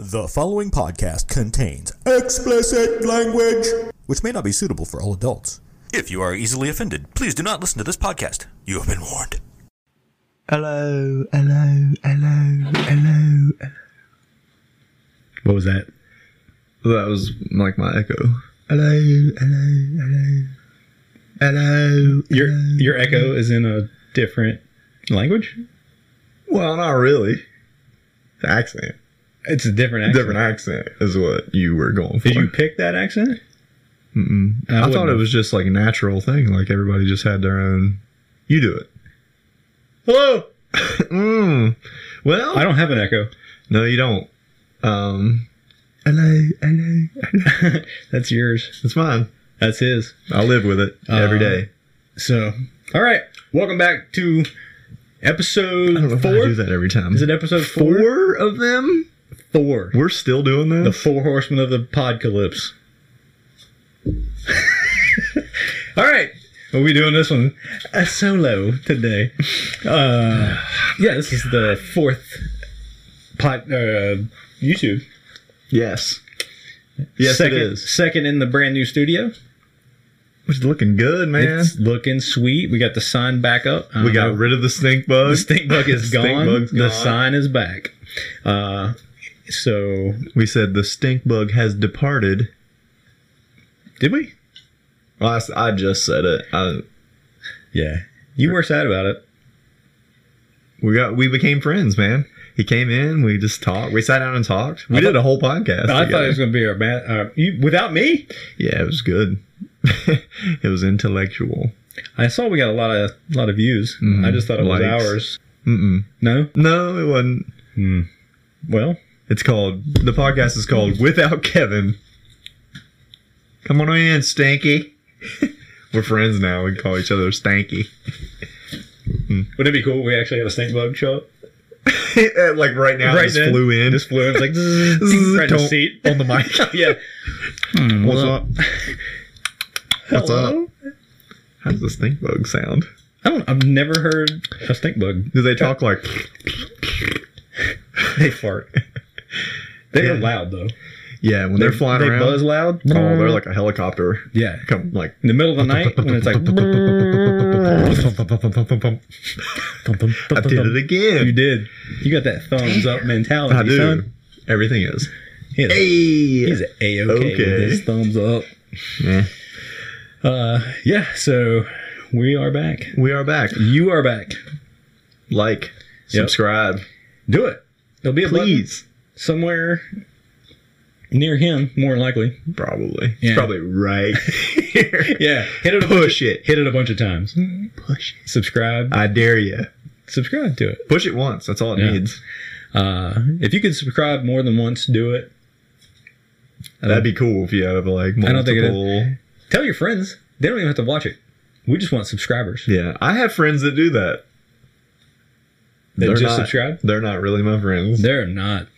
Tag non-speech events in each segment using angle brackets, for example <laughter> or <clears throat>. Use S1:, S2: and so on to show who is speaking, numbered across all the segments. S1: The following podcast contains explicit language, which may not be suitable for all adults.
S2: If you are easily offended, please do not listen to this podcast. You have been warned.
S3: Hello, hello, hello, hello.
S4: What was that?
S3: That was like my echo. Hello, hello, hello. Hello.
S4: Your
S3: hello.
S4: your echo is in a different language.
S3: Well, not really. The accent.
S4: It's a different accent.
S3: Different accent is what you were going for.
S4: Did you pick that accent?
S3: Mm-mm. I,
S4: I
S3: thought
S4: wouldn't
S3: it
S4: have.
S3: was just like a natural thing. Like everybody just had their own. You do it. Hello. <laughs> mm. Well,
S4: I don't have an echo.
S3: No, you don't. Um, hello, hello.
S4: That's yours.
S3: It's mine.
S4: That's his.
S3: I live with it every
S4: Uh,
S3: day.
S4: So, all right. Welcome back to
S3: I don't know
S4: episode
S3: why I do
S4: four.
S3: that every time.
S4: Is it episode
S3: four?
S4: four?
S3: of them?
S4: Four.
S3: We're still doing
S4: The
S3: that?
S4: four horsemen of the podcalypse. <laughs> all right. We'll be doing this one uh, solo today. Uh,
S3: <sighs>
S4: yeah, this is the fourth pod, uh, YouTube.
S3: yes. Yes,
S4: second,
S3: it is.
S4: Second in the brand new studio.
S3: It's looking good, man.
S4: It's looking sweet. We got the sign back up.
S3: we
S4: Uh,
S3: got rid of the stink bug.
S4: the <laughs> stink
S3: <laughs>
S4: bug is
S3: Stink
S4: gone.
S3: bug's
S4: the
S3: gone.
S4: sign is back. Uh, so
S3: We said the stink bug has departed.
S4: did we?
S3: Well, I, s- I just said it. I,
S4: Yeah, you were sad about it.
S3: we got we became friends, man. He came in. We just talked. We sat down and talked. We
S4: I
S3: did
S4: thought-
S3: a whole podcast.
S4: I thought
S3: together.
S4: it was going to be our bad. Uh, you, without me,
S3: yeah, it was good. <laughs> it was intellectual.
S4: I saw we got a lot of lot of views.
S3: Mhm.
S4: I just thought it
S3: Likes.
S4: was ours.
S3: Mm-mm.
S4: No,
S3: No, it wasn't.
S4: well,
S3: It's called the podcast is called Without Kevin. Come on in, Stanky. <laughs> We're friends now. We call each other Stanky. <laughs>
S4: wouldn't it be cool? if We actually had a stink bug show up
S3: like right now,
S4: Right
S3: just
S4: then.
S3: flew in.
S4: Just flew in. <laughs> It's like right in the
S3: Don't-
S4: seat.
S3: on the mic.
S4: <laughs> yeah.
S3: What's up? <laughs> What's
S4: Hello?
S3: up? How does the stink bug sound?
S4: I don't. I've never heard a stink bug.
S3: Do they talk like?
S4: <laughs> They fart. They're
S3: Yeah.
S4: loud though.
S3: Yeah, when they're flying
S4: they
S3: around.
S4: buzz loud.
S3: oh,
S4: <laughs>
S3: they're like a helicopter.
S4: yeah.
S3: Come like.
S4: In the middle of the night when
S3: <laughs>
S4: it's like. <laughs>
S3: I did it again.
S4: You did. You got that thumbs up mentality,
S3: <laughs> I do.
S4: son.
S3: Everything is.
S4: He's, he's
S3: Hey.
S4: a okay with
S3: Okay.
S4: his thumbs up.
S3: Yeah.
S4: Uh, yeah. So we are back.
S3: We are back.
S4: You are back.
S3: Like,
S4: Yep.
S3: subscribe,
S4: Do it. There'll be a button
S3: please.
S4: somewhere near him, more
S3: <laughs>
S4: than likely.
S3: Probably.
S4: Yeah.
S3: It's probably right
S4: <laughs>
S3: here.
S4: Yeah. Hit it. A bunch
S3: Push it.
S4: hit it a bunch of times.
S3: Push it.
S4: Subscribe.
S3: I dare you.
S4: subscribe to it.
S3: Push it once. That's all it
S4: Yeah.
S3: needs.
S4: Uh, if you could subscribe more than once, do it.
S3: That'd be cool if you have like multiple.
S4: I don't think it is. Tell your friends. They don't even have to watch it. We just want subscribers.
S3: Yeah, I have friends that do that.
S4: They just
S3: not,
S4: subscribe?
S3: They're not really my friends,
S4: They're not.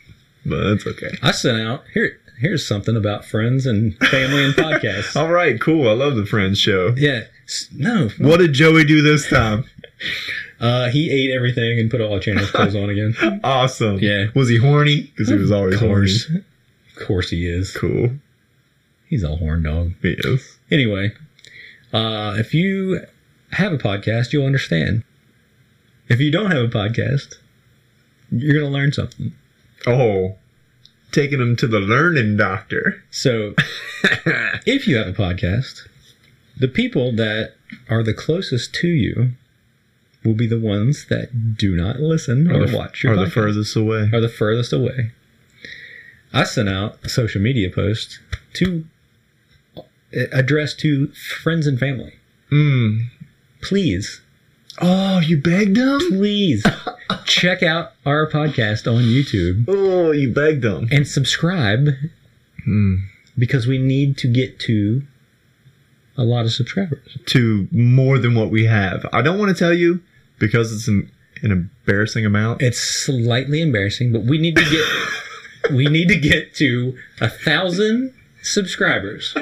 S3: but that's okay.
S4: I sent out here. Here's something about friends and family
S3: <laughs>
S4: and podcasts.
S3: All right, cool. I love the Friends show.
S4: Yeah. S- No.
S3: What did Joey do this
S4: <laughs>
S3: time?
S4: Uh, he ate everything and put all the channel's clothes on
S3: <laughs>
S4: again.
S3: awesome.
S4: Yeah.
S3: Was he horny? Because he was always
S4: Of
S3: horny.
S4: course. Of course he is.
S3: Cool.
S4: He's a horn dog.
S3: He is.
S4: Anyway, uh, if you have a podcast, you'll understand. If you don't have a podcast, you're going to learn something.
S3: Oh, taking him to the learning doctor.
S4: So, <laughs> if you have a podcast, the people that are the closest to you will be the ones that do not listen or,
S3: the-
S4: watch your
S3: or the
S4: podcast.
S3: furthest away.
S4: are the furthest away. I sent out a social media post to uh, address to friends and family.
S3: Mm.
S4: Please
S3: Oh, you begged him? <laughs>
S4: please check out our podcast on YouTube
S3: Oh, you begged him.
S4: and subscribe
S3: Hmm.
S4: because we need to get to a lot of subscribers.
S3: To more than what we have. I don't want to tell you because it's an, an embarrassing amount.
S4: It's slightly embarrassing, but we need to
S3: <laughs>
S4: get we need to get to a thousand subscribers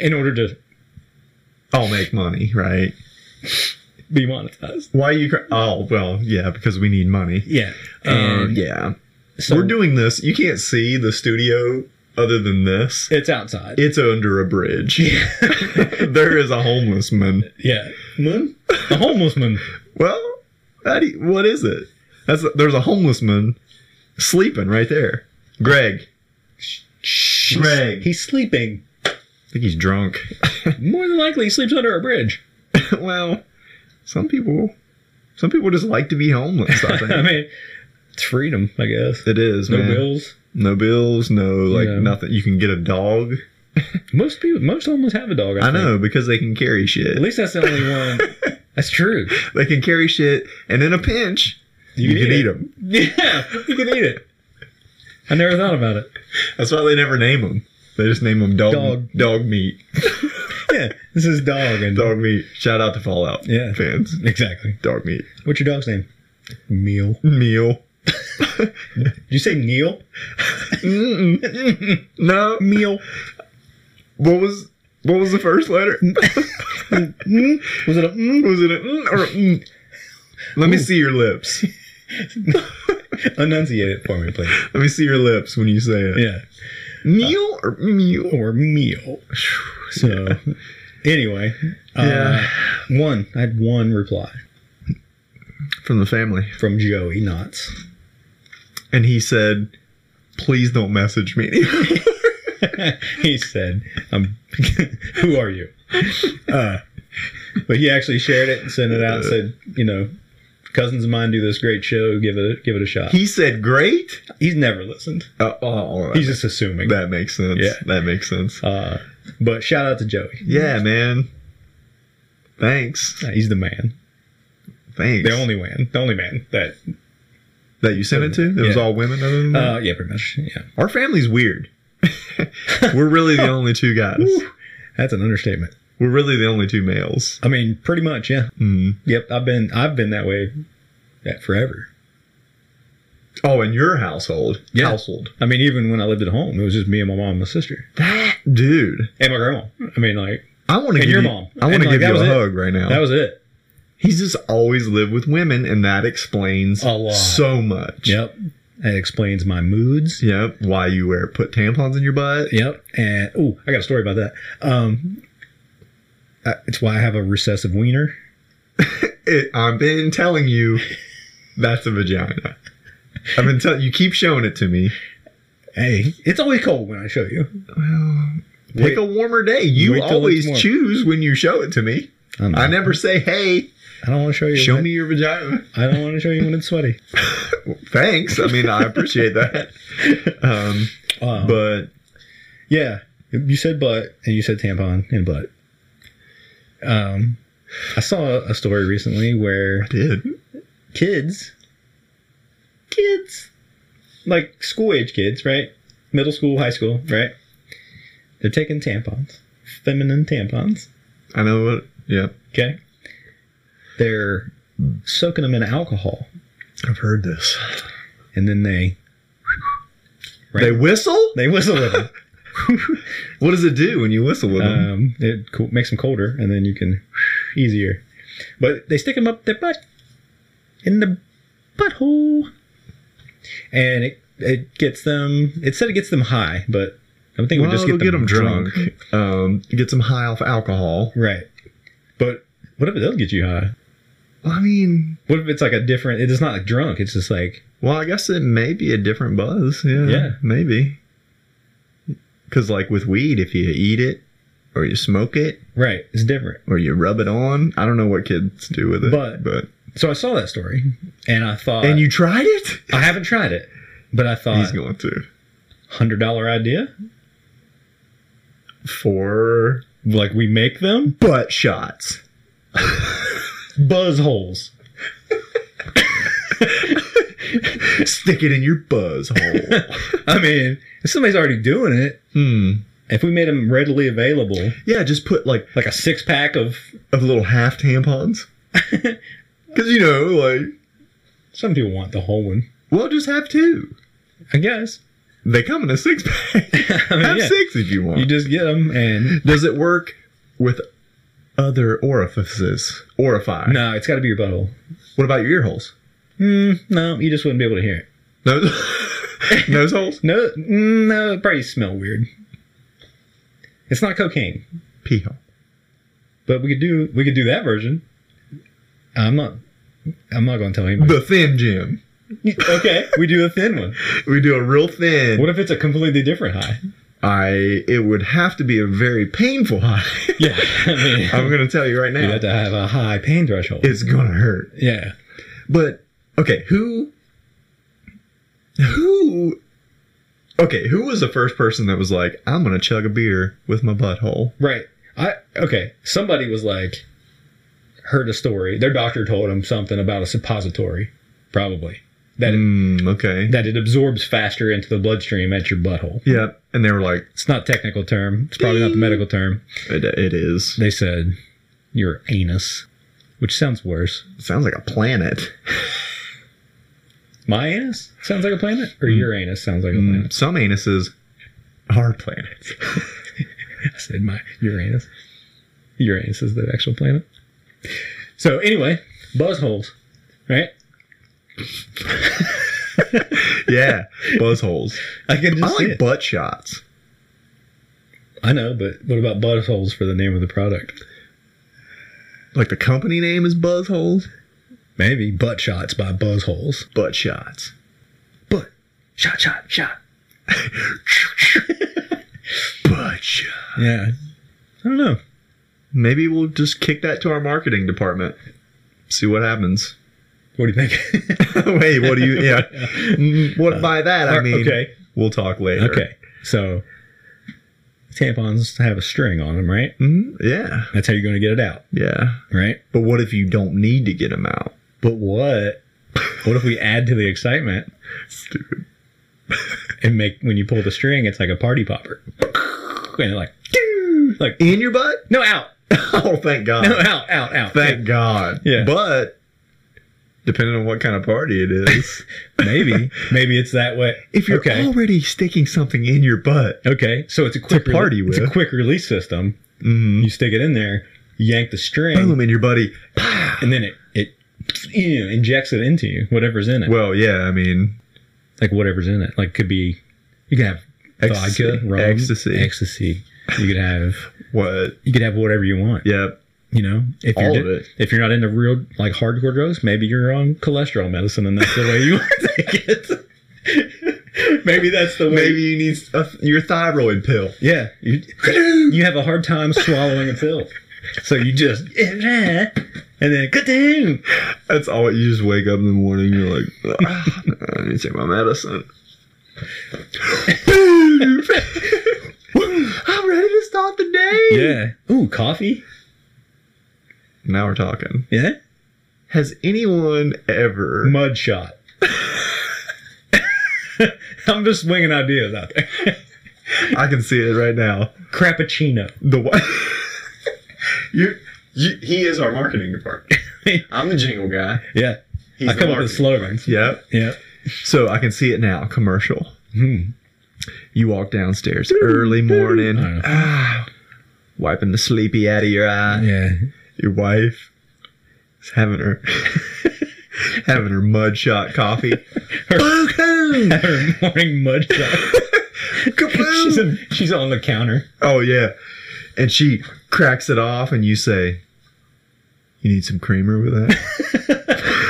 S4: in order to
S3: I'll make money, right?
S4: be monetized.
S3: Why you? Cr- oh, well, yeah, because we need money.
S4: Yeah,
S3: Um,
S4: and
S3: yeah.
S4: so
S3: We're doing this. You can't see the studio other than this.
S4: It's outside.
S3: It's under a bridge. <laughs> there is a homeless man.
S4: yeah, man, the homeless man.
S3: Well, how do you- what is it? That's there's a homeless man sleeping right there. Greg. Greg.
S4: He's sleeping.
S3: I think he's drunk. <laughs>
S4: More than likely, he sleeps under a bridge.
S3: well, some people, some people just like to be homeless. I
S4: <laughs> I
S3: think
S4: mean, it's freedom, I guess.
S3: it is.
S4: No
S3: man.
S4: bills.
S3: No bills. No like
S4: Yeah.
S3: nothing. You can get a dog.
S4: Most people, most homeless have a dog. I,
S3: I
S4: think.
S3: know because they can carry shit.
S4: At least that's the only <laughs> one. That's true.
S3: they can carry shit, and in a pinch, you, can eat them.
S4: it. <laughs> Yeah, you can eat it. I never thought about it.
S3: That's why they never name them. They just name them dog
S4: Dog.
S3: dog, meat.
S4: Yeah, this is dog and
S3: Dog meat. Shout out to Fallout
S4: Yeah.
S3: fans.
S4: Exactly.
S3: Dog meat
S4: What's your dog's name? Meal. Did
S3: meal.
S4: you say Neil?
S3: No meal. What was what was the first letter?
S4: Was it a?
S3: <laughs>
S4: Mm?
S3: was it a mm or a mm? Let me see your lips.
S4: <laughs> Enunciate it for me, please.
S3: Let me see your lips when you say it.
S4: Yeah.
S3: Meal or meal?
S4: Or meal. So, anyway, uh,
S3: Yeah.
S4: one. I had one reply
S3: From the family,
S4: from Joey Knotts.
S3: and he said, "Please don't message me." <laughs> anymore."
S4: <laughs> he said, um, <laughs> "Who are you?" Uh, but he actually shared it and sent it out and said, "You know, cousins of mine do this great show. Give it, a, give it a shot."
S3: he said, "Great."
S4: He's never listened.
S3: Uh, oh,
S4: He's just assuming.
S3: that makes sense.
S4: Yeah.
S3: That makes sense.
S4: Uh, but shout out to Joey.
S3: yeah, man. Thanks.
S4: Uh, He's the man,
S3: Thanks.
S4: the only man, the only man that.
S3: that you sent it to? It was
S4: Yeah.
S3: all women other than that?
S4: Uh, yeah, pretty much. Yeah,
S3: Our family's weird. <laughs> We're really the only two guys.
S4: that's an understatement.
S3: We're really the only two males.
S4: I mean, pretty much. Yeah.
S3: Mm.
S4: Yep. I've been, I've been that way, yeah, forever.
S3: Oh, in your household.
S4: Yeah.
S3: Household.
S4: I mean, even when I lived at home, it was just me and my mom and my sister
S3: That dude.
S4: and my grandma. I mean, like
S3: I want to give
S4: your
S3: you,
S4: mom.
S3: I want
S4: And,
S3: to
S4: like,
S3: give
S4: that
S3: you
S4: was
S3: a
S4: it.
S3: hug right now.
S4: that was it.
S3: He's just always lived with women, and that explains
S4: A lot.
S3: so much.
S4: Yep. That explains my moods.
S3: Yep. Why you wear put tampons in your butt?
S4: Yep. And oh, I got a story about that. Um, uh, it's why I have a recessive wiener.
S3: It, I've been telling you, that's a vagina. I've been telling you. Keep showing it to me.
S4: Hey, it's always cold when I show you.
S3: Pick a warmer day. You
S4: wait till it's
S3: always
S4: warm.
S3: choose when you show it to me.
S4: I'm
S3: I never say, "Hey,
S4: I don't want to show you.
S3: show
S4: when-
S3: me your vagina."
S4: I don't want to show you when it's
S3: <laughs>
S4: sweaty.
S3: Thanks. I mean, I appreciate <laughs> that. Um,
S4: Um,
S3: but
S4: yeah, you said butt and you said tampon and butt. Um, I saw a story recently where
S3: did
S4: kids, kids, like school age kids, right? Middle school, high school, right? They're taking tampons, feminine tampons.
S3: I know what? Yeah,
S4: Okay. They're soaking them in alcohol
S3: I've heard this.
S4: and then they
S3: They whistle.
S4: they whistle with them.
S3: What does it do when you whistle with them?
S4: Um, it co- makes them colder and then you can easier. But they stick them up their butt in the butthole, and it it gets them. It said it gets them high, but I'm thinking
S3: Well,
S4: we just
S3: it'll
S4: get them,
S3: get them drunk.
S4: drunk,
S3: Um, get some high off alcohol.
S4: right? But what if it does get you high?
S3: I mean,
S4: What if it's like a different? It's not like drunk. It's just like
S3: well, I guess it may be a different buzz. Yeah,
S4: Yeah.
S3: maybe. Because like with weed, if you eat it, or you smoke it,
S4: right. It's different.
S3: or you rub it on, I don't know what kids do with it.
S4: But-
S3: but
S4: So I saw that story, and I thought,
S3: and you tried it?
S4: I haven't tried it, but I
S3: He's
S4: thought
S3: going to
S4: hundred dollar idea.
S3: for
S4: Like we make them.
S3: butt shots.
S4: Buzz holes.
S3: <laughs> Stick it in your buzz
S4: <laughs>
S3: hole.
S4: I mean, if somebody's already doing it, if we made them readily available,
S3: yeah, just put like
S4: like a six pack of
S3: of little half
S4: <laughs>
S3: tampons. Because you know, like,
S4: some people want the whole one,
S3: well, just have two.
S4: I guess.
S3: They come in a six pack.
S4: <laughs> I mean,
S3: have
S4: yeah.
S3: six if you want.
S4: You just get them and
S3: Does it work with other orifices? Orify.
S4: no, it's got to be your butthole.
S3: What about your ear holes?
S4: No, you just wouldn't be able to hear it.
S3: Nose, <laughs> nose holes?
S4: No, mm, no, it'd probably smell weird. It's not cocaine,
S3: Pee hole.
S4: but we could do we could do that version. I'm not. I'm not going to tell
S3: <laughs>
S4: anybody.
S3: The thin gym.
S4: okay, we do a thin one.
S3: We do a real thin.
S4: What if it's a completely different high?
S3: I. It would have to be a very painful high.
S4: <laughs> Yeah, I mean,
S3: I'm gonna tell you right
S4: you
S3: now.
S4: have to have a high pain threshold.
S3: It's gonna hurt.
S4: yeah,
S3: But okay, who? Who? Okay, who was the first person that was like, "I'm gonna chug a beer with my butthole"?
S4: right. I okay. Somebody was like, heard a story. Their doctor told them something about a suppository, probably that it,
S3: Mm, okay.
S4: that it absorbs faster into the bloodstream at your butthole.
S3: Yep. And they were like,
S4: It's not a technical term. It's probably not the medical term.
S3: "It, it is."
S4: They said your anus, which sounds worse.
S3: sounds like a planet. <laughs>
S4: My anus sounds like a planet, or
S3: Mm.
S4: your anus sounds like a planet. <laughs>
S3: Some anuses are planets. <laughs>
S4: I said my Uranus. Uranus is the actual planet. So anyway, buzz holes, right?
S3: yeah, buzz
S4: <laughs>
S3: holes.
S4: I can
S3: I
S4: just see
S3: like
S4: it.
S3: butt shots.
S4: I know, but what about buzz holes for the name of the product?
S3: Like the company name is Buzz Holes.
S4: Maybe butt shots by buzz holes.
S3: Butt shots.
S4: Butt shot, shot, shot.
S3: <laughs> Butt shot.
S4: Yeah, I don't know.
S3: Maybe we'll just kick that to our marketing department. See what happens. <laughs>
S4: What do you think?
S3: Wait, what do you? Yeah, Mm, what by that I
S4: uh,
S3: mean?
S4: okay.
S3: we'll talk later.
S4: <laughs> Okay, so tampons have a string on them, right?
S3: Mm, yeah,
S4: That's how you're going to get it out,
S3: yeah.
S4: right?
S3: But what if you don't need to get them out?
S4: But what? What if we add to the excitement
S3: Stupid.
S4: <laughs> and make when you pull the string, it's like a party popper, and it like, like
S3: In your butt?
S4: no out,
S3: <laughs> Oh, thank God.
S4: no out, out, out.
S3: Thank God.
S4: Yeah.
S3: But depending on what kind of party it is,
S4: maybe, maybe it's that way.
S3: <laughs> if you're
S4: okay,
S3: already sticking something in your butt,
S4: okay, so it's a quick rele-
S3: party
S4: It's a
S3: with.
S4: quick release system. Mm-hmm. You stick it in there, you yank the string,
S3: boom, and your buddy.
S4: and then it it you know, injects it into you, whatever's in it.
S3: Well, yeah. I mean,
S4: like whatever's in it. Like could be you could have
S3: Ecstasy.
S4: vodka, rum,
S3: Ecstasy.
S4: ecstasy. You could have
S3: what?
S4: you could have whatever you want.
S3: Yep.
S4: You know, if you're
S3: All
S4: di-
S3: of it.
S4: if you're not into real like hardcore drugs, maybe you're on cholesterol medicine and that's the way you <laughs> want to take it. <laughs> maybe that's the way.
S3: Maybe you need a, your thyroid pill.
S4: Yeah, you, you have a hard time swallowing a pill, so you <laughs> just and then ka-doom.
S3: That's all. You just wake up in the morning. You're like, "Ah, I need to take my <laughs> medicine. I'm ready to start the day.
S4: Yeah. Ooh, coffee.
S3: Now we're talking.
S4: Yeah.
S3: Has anyone ever?
S4: Mud <laughs> shot. I'm just swinging ideas out there.
S3: I can see it right now.
S4: Crappuccino.
S3: The what? <laughs> you, you, he is our marketing <laughs> department. I'm the jingle guy.
S4: Yeah.
S3: He's
S4: I
S3: the
S4: come up
S3: marketing.
S4: with slogans.
S3: Yep.
S4: Yeah.
S3: So I can see it now. Commercial. Hmm. You walk downstairs early morning, ah,
S4: I know.
S3: wiping the sleepy out of your eye.
S4: Yeah.
S3: Your wife is having her <laughs> having her mud shot <laughs> coffee. <laughs> Boom!
S4: Her <laughs> morning mud shot. she's,
S3: Kaboom!
S4: in, she's on the counter.
S3: Oh yeah, and she cracks it off, and you say, "You need some creamer with that."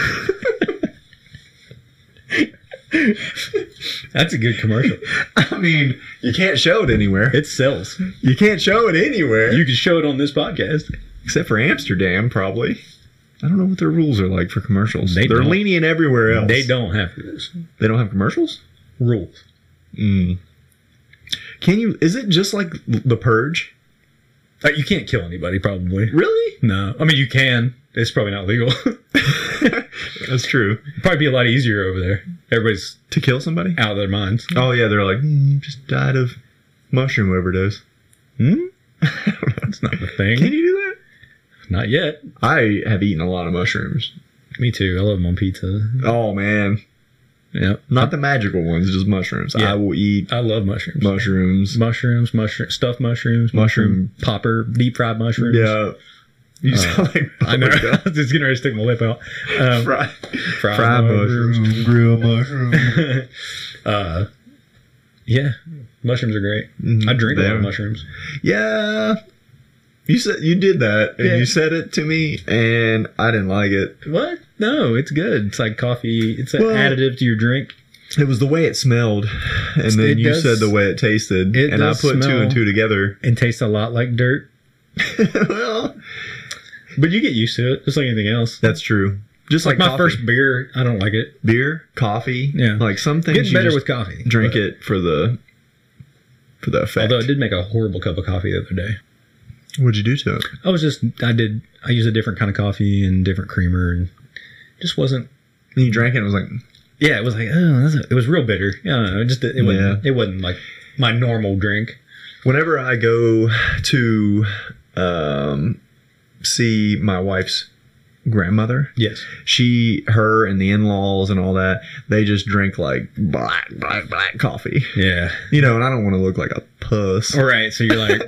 S4: That's a good commercial.
S3: <laughs> I mean, you can't show it anywhere.
S4: It sells.
S3: You can't show it anywhere
S4: You can show it on this podcast.
S3: except for Amsterdam, probably. I don't know what their rules are like for commercials.
S4: They
S3: are
S4: don't.
S3: lenient everywhere else.
S4: They don't have rules.
S3: They don't have commercials.
S4: Rules.
S3: Can you? Is it just like The Purge?
S4: Uh, you can't kill anybody, probably.
S3: Really?
S4: No. I mean, you can. it's probably not legal. <laughs>
S3: That's true.
S4: probably be a lot easier over there. Everybody's
S3: To kill somebody?
S4: out of their minds.
S3: Oh yeah, they're like mm, just died of mushroom overdose.
S4: Hmm?
S3: <laughs> I don't know.
S4: That's not Oh, the thing.
S3: Can you do
S4: Not yet.
S3: that? I have eaten a lot of mushrooms.
S4: Me too. I love them on pizza.
S3: Oh man,
S4: Yep.
S3: not the magical ones, just mushrooms.
S4: Yeah.
S3: I will eat
S4: I love mushrooms.
S3: mushrooms.
S4: mushrooms, mushroom stuffed mushrooms,
S3: Mushroom-
S4: mushroom popper, deep fried mushrooms.
S3: Yeah, Uh, you sound like
S4: I know.
S3: <laughs>
S4: I was <laughs> just getting ready to stick my lip out. Um,
S3: fried,
S4: fried
S3: fried
S4: mushrooms.
S3: mushrooms, grilled mushrooms.
S4: Yeah, mushrooms are great. I drink a
S3: They
S4: lot
S3: are.
S4: of mushrooms.
S3: yeah, you said you did that, and
S4: Yeah.
S3: you said it to me, and I didn't like it.
S4: What? No, it's good. It's like coffee. It's an
S3: Well-
S4: additive to your drink.
S3: It was the way it smelled, and then
S4: It
S3: you
S4: does-
S3: said the way it tasted,
S4: it
S3: and I
S4: does
S3: put two
S4: smell-
S3: and two together.
S4: and tastes a lot like dirt,
S3: <laughs> well,
S4: but you get used to it, just like anything else.
S3: that's true. Just like,
S4: Like my
S3: coffee.
S4: first beer, I don't like it.
S3: beer, coffee,
S4: Yeah.
S3: like some things
S4: Getting
S3: you
S4: better
S3: just
S4: with coffee.
S3: drink
S4: but-
S3: it for the for the effect.
S4: Although I did make a horrible cup of coffee the other day.
S3: What'd you do to it?
S4: I was just, I did, I used a different kind of coffee and different creamer and just wasn't,
S3: And you drank it. and was like,
S4: yeah, it was like, oh, that's a, it was real bitter. I don't know. It just, it wasn't, it wasn't like my normal drink.
S3: whenever I go to um, see my wife's grandmother,
S4: Yes.
S3: she, her, and the in laws and all that, they just drink like black, black, black coffee.
S4: Yeah.
S3: You know, and I don't want to look like a puss.
S4: All right. So you're
S3: <laughs>
S4: like,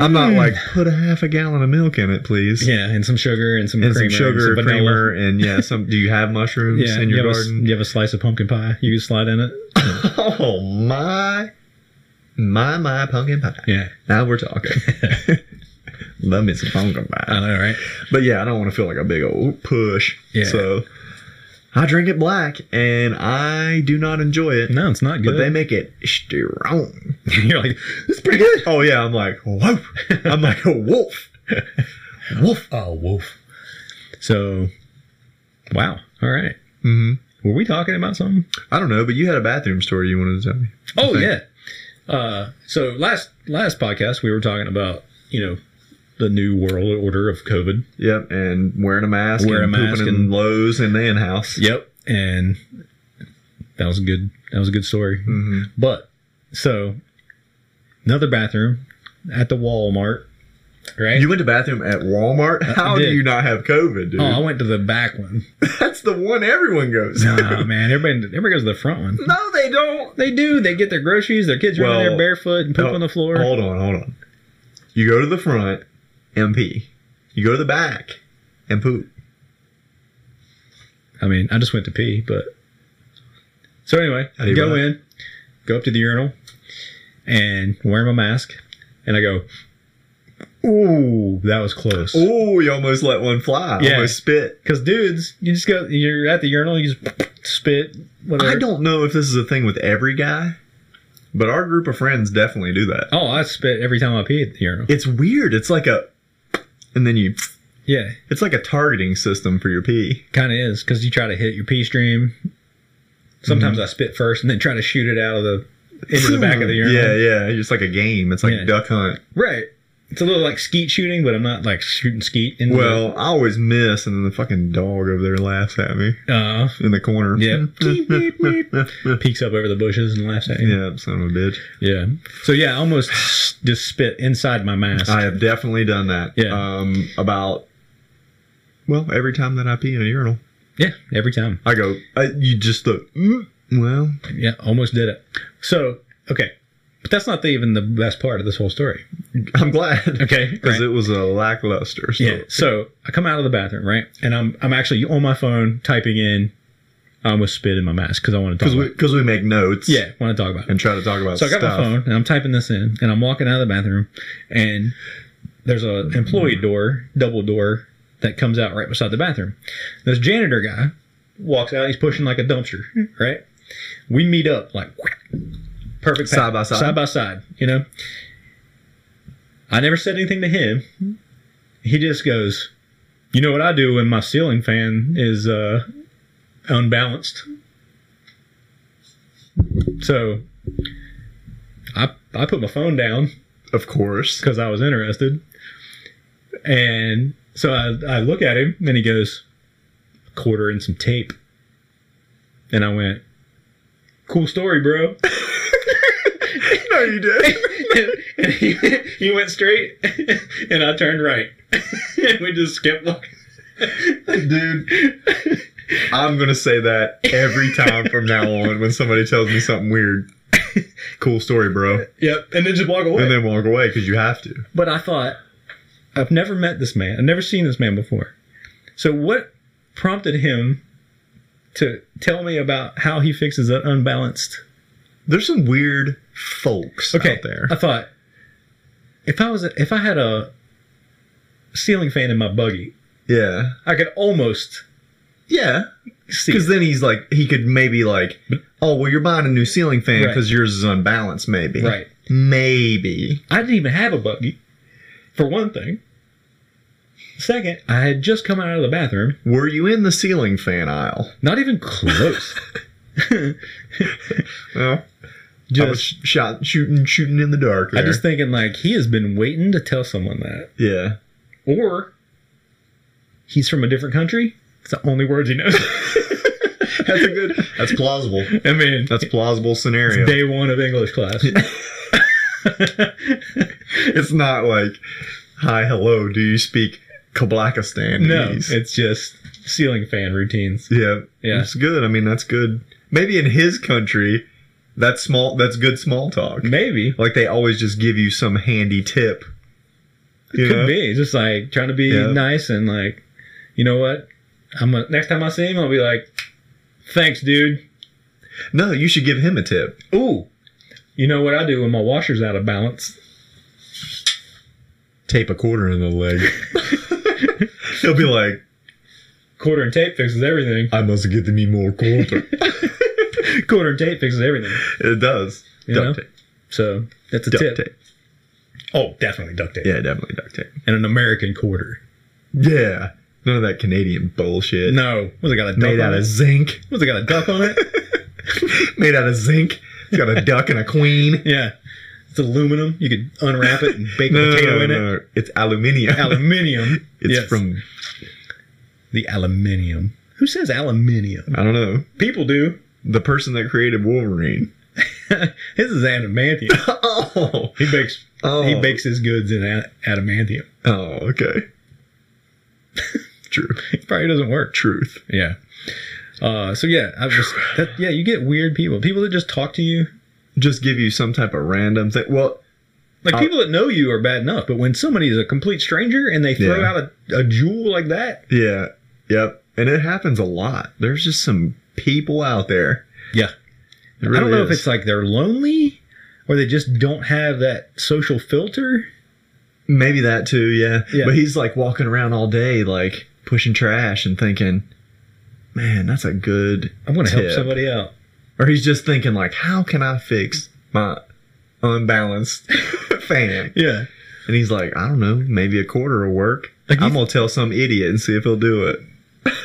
S3: I'm not like put a half a gallon of milk in it, please.
S4: Mm. yeah, and some sugar and some
S3: And
S4: creamer.
S3: some sugar,
S4: vanilla.
S3: creamer, and yeah, some. Do you have mushrooms
S4: Yeah.
S3: in your
S4: you have
S3: garden?
S4: A, you have a slice of pumpkin pie you can slide in it.
S3: <laughs> Oh my, my my pumpkin pie.
S4: Yeah.
S3: Now we're
S4: <laughs>
S3: talking. Love me some pumpkin
S4: I
S3: pie.
S4: know, right?
S3: But yeah, I don't want to feel like a big old push.
S4: Yeah.
S3: So I drink it black, and I do not enjoy it.
S4: No, it's not good.
S3: But they make it strong.
S4: <laughs> You're like, it's pretty good.
S3: Oh yeah, I'm like
S4: <laughs>
S3: whoa. I'm like a wolf.
S4: Wolf. Oh, wolf. So, wow. All right. Were we talking about something?
S3: I don't know, but you had a bathroom story you wanted to tell me.
S4: Oh yeah. Uh, so last last podcast we were talking about you know the new world order of COVID.
S3: Yep, and wearing a mask,
S4: Wearing
S3: and
S4: a mask
S3: pooping in
S4: and-
S3: Lowe's and the in-house.
S4: Yep. And that was a good that was a good story. But so another bathroom at the Walmart, right?
S3: You went to bathroom at Walmart. How do
S4: did.
S3: you not have COVID, dude?
S4: oh, I went to the back one.
S3: That's the one everyone goes. to.
S4: <laughs> Nah, man, everybody everybody goes to the front one.
S3: <laughs> no, they don't.
S4: They do. They get their groceries. Their kids run
S3: Well,
S4: there barefoot and poop
S3: No,
S4: on the floor.
S3: Hold on, hold on. You go to the front, MP. You go to the back, and poop.
S4: I mean, I just went to pee, but so anyway,
S3: How do you
S4: go
S3: run?
S4: in, go up to the urinal, and wear my mask, and I go, "Ooh, that was close."
S3: Oh, you almost let one fly.
S4: Yeah.
S3: Almost spit.
S4: Because dudes, you just go, you're at the urinal, you just spit, whatever.
S3: I don't know if this is a thing with every guy, but our group of friends definitely do that.
S4: Oh, I spit every time I pee at the urinal.
S3: It's weird. It's like a, and then you.
S4: Yeah,
S3: It's like a targeting system for your pee.
S4: kind of is because you try to hit your pee stream. Sometimes
S3: Mm-hmm.
S4: I spit first and then try to shoot it out of the into
S3: <laughs>
S4: the back of the urinal.
S3: Yeah, yeah. It's like a game. It's like
S4: Yeah.
S3: duck hunt.
S4: right. It's a little like skeet shooting, but I'm not like shooting skeet. In
S3: Well, I always miss, and then the fucking dog over there laughs at me
S4: the, uh,
S3: in the corner.
S4: Yeah. <laughs> Beep, beep, beep. Peeks up over the bushes and laughs at you.
S3: <laughs> yeah, son of a bitch.
S4: Yeah. So yeah, I almost s- just spit inside my mask.
S3: I have definitely done that.
S4: Yeah.
S3: Um, about well, every time that I pee in a urinal,
S4: yeah, every time.
S3: I go. I, you just look. Mm, well,
S4: Yeah, almost did it. So okay, but that's not the, even the best part of this whole story.
S3: I'm glad.
S4: Okay,
S3: Because
S4: right.
S3: it was a lackluster. So.
S4: Yeah. So I come out of the bathroom, right, and I'm I'm actually on my phone typing in. I almost spit in my mask because I want to
S3: Because
S4: talk. About
S3: we, 'cause we make notes.
S4: yeah, want to talk about. It.
S3: And try to talk about
S4: So I got
S3: stuff.
S4: my phone and I'm typing this in and I'm walking out of the bathroom and there's a employee door, double door that comes out right beside the bathroom. This janitor guy walks out, he's pushing like a dumpster, right? We meet up like perfect
S3: Side by side.
S4: side by side, you know. I never said anything to him. He just goes, "You know what I do when my ceiling fan is uh unbalanced?" So I, I put my phone down
S3: Of course.
S4: because I was interested. And So I, I look at him, and he goes, a quarter and some tape. And I went, cool story, bro.
S3: No, you
S4: <laughs>
S3: did.
S4: and he, he went straight, <laughs> and I turned right. <laughs> and we just kept walking.
S3: Dude, I'm going to say that every time from now on when somebody tells me something weird. cool story, bro.
S4: Yep, and then just walk away.
S3: And then walk away because you have to.
S4: But I thought, I've never met this man. I've never seen this man before. So what prompted him to tell me about how he fixes an unbalanced?
S3: There's some weird folks
S4: Okay,
S3: out there.
S4: I thought if I was if I had a ceiling fan in my buggy,
S3: Yeah.
S4: I could almost
S3: Yeah.
S4: see.
S3: Because
S4: it.
S3: then he's like, he could maybe like, oh, well, you're buying a new ceiling fan
S4: Right.
S3: because yours is unbalanced, maybe.
S4: Right.
S3: Maybe.
S4: I didn't even have a buggy, for one thing. Second, I had just come out of the bathroom,
S3: Were you in the ceiling fan aisle?
S4: not even close.
S3: Well, I was
S4: just
S3: sh- shot, shooting, shooting in the dark.
S4: I
S3: there.
S4: just thinking like he has been waiting to tell someone that. <laughs>
S3: yeah.
S4: or he's from a different country. It's the only words he knows.
S3: That's a good. That's plausible.
S4: I mean,
S3: That's a plausible scenario.
S4: day one of English class.
S3: It's not like, hi, hello, do you speak Kablakistan?
S4: no, it's just ceiling fan routines.
S3: yeah,
S4: Yeah.
S3: It's good. I mean, that's good. Maybe in his country, that's small. That's good small talk.
S4: Maybe
S3: Like they always just give you some handy tip. You
S4: could
S3: know?
S4: be just like trying to be
S3: Yeah.
S4: nice and like, you know what? I'm gonna, next time I see him, I'll be like, thanks, dude.
S3: No, you should give him a tip.
S4: Ooh, you know what I do when my washer's out of balance?
S3: Tape a quarter in the <laughs> leg. He'll be like,
S4: Quarter and tape fixes everything. <laughs>
S3: I must get me more quarter.
S4: Quarter and tape fixes everything.
S3: <laughs> it does.
S4: You
S3: duct
S4: know?
S3: tape.
S4: So that's a
S3: Duct
S4: tip.
S3: tape.
S4: Oh, definitely duct tape.
S3: Yeah, definitely duct tape.
S4: And an American quarter.
S3: Yeah. None of that Canadian bullshit.
S4: No, was it got a duck
S3: Made
S4: on
S3: out
S4: it?
S3: of zinc.
S4: Was it got <laughs> a duck on it?
S3: <laughs> made out of zinc. It's got a duck and a <laughs> queen.
S4: yeah, it's aluminum. You could unwrap it and
S3: <laughs>
S4: bake a potato in it.
S3: It's aluminium. <laughs>
S4: Aluminium.
S3: it's
S4: Yes.
S3: from
S4: the aluminium. Who says aluminium?
S3: I don't know
S4: People do.
S3: the person that created Wolverine.
S4: His is adamantium.
S3: Oh,
S4: he bakes.
S3: <laughs> Oh.
S4: He bakes his goods in a- adamantium.
S3: oh, okay. True.
S4: <laughs> It probably doesn't work.
S3: Truth.
S4: Yeah. Uh, so yeah, I was. That, yeah, you get weird people. People that just talk to you.
S3: Just give you some type of random thing. Well,
S4: Like people that know you are bad enough, but when somebody is a complete stranger and they throw
S3: Yeah.
S4: out a, a jewel like that,
S3: yeah, yep, and it happens a lot. There's just some people out there.
S4: yeah,
S3: It really
S4: I don't know if
S3: is.
S4: it's like they're lonely or they just don't have that social filter.
S3: maybe that too. Yeah.
S4: Yeah.
S3: but he's like walking around all day, like pushing trash and thinking, "Man, that's a good."
S4: I'm going to help
S3: tip."
S4: somebody out.
S3: or he's just thinking like, how can I fix my unbalanced <laughs> fan?
S4: Yeah.
S3: And he's like, I don't know, maybe a quarter will work.
S4: Like,
S3: I'm
S4: you-
S3: gonna tell some idiot and see if he'll do it. <laughs>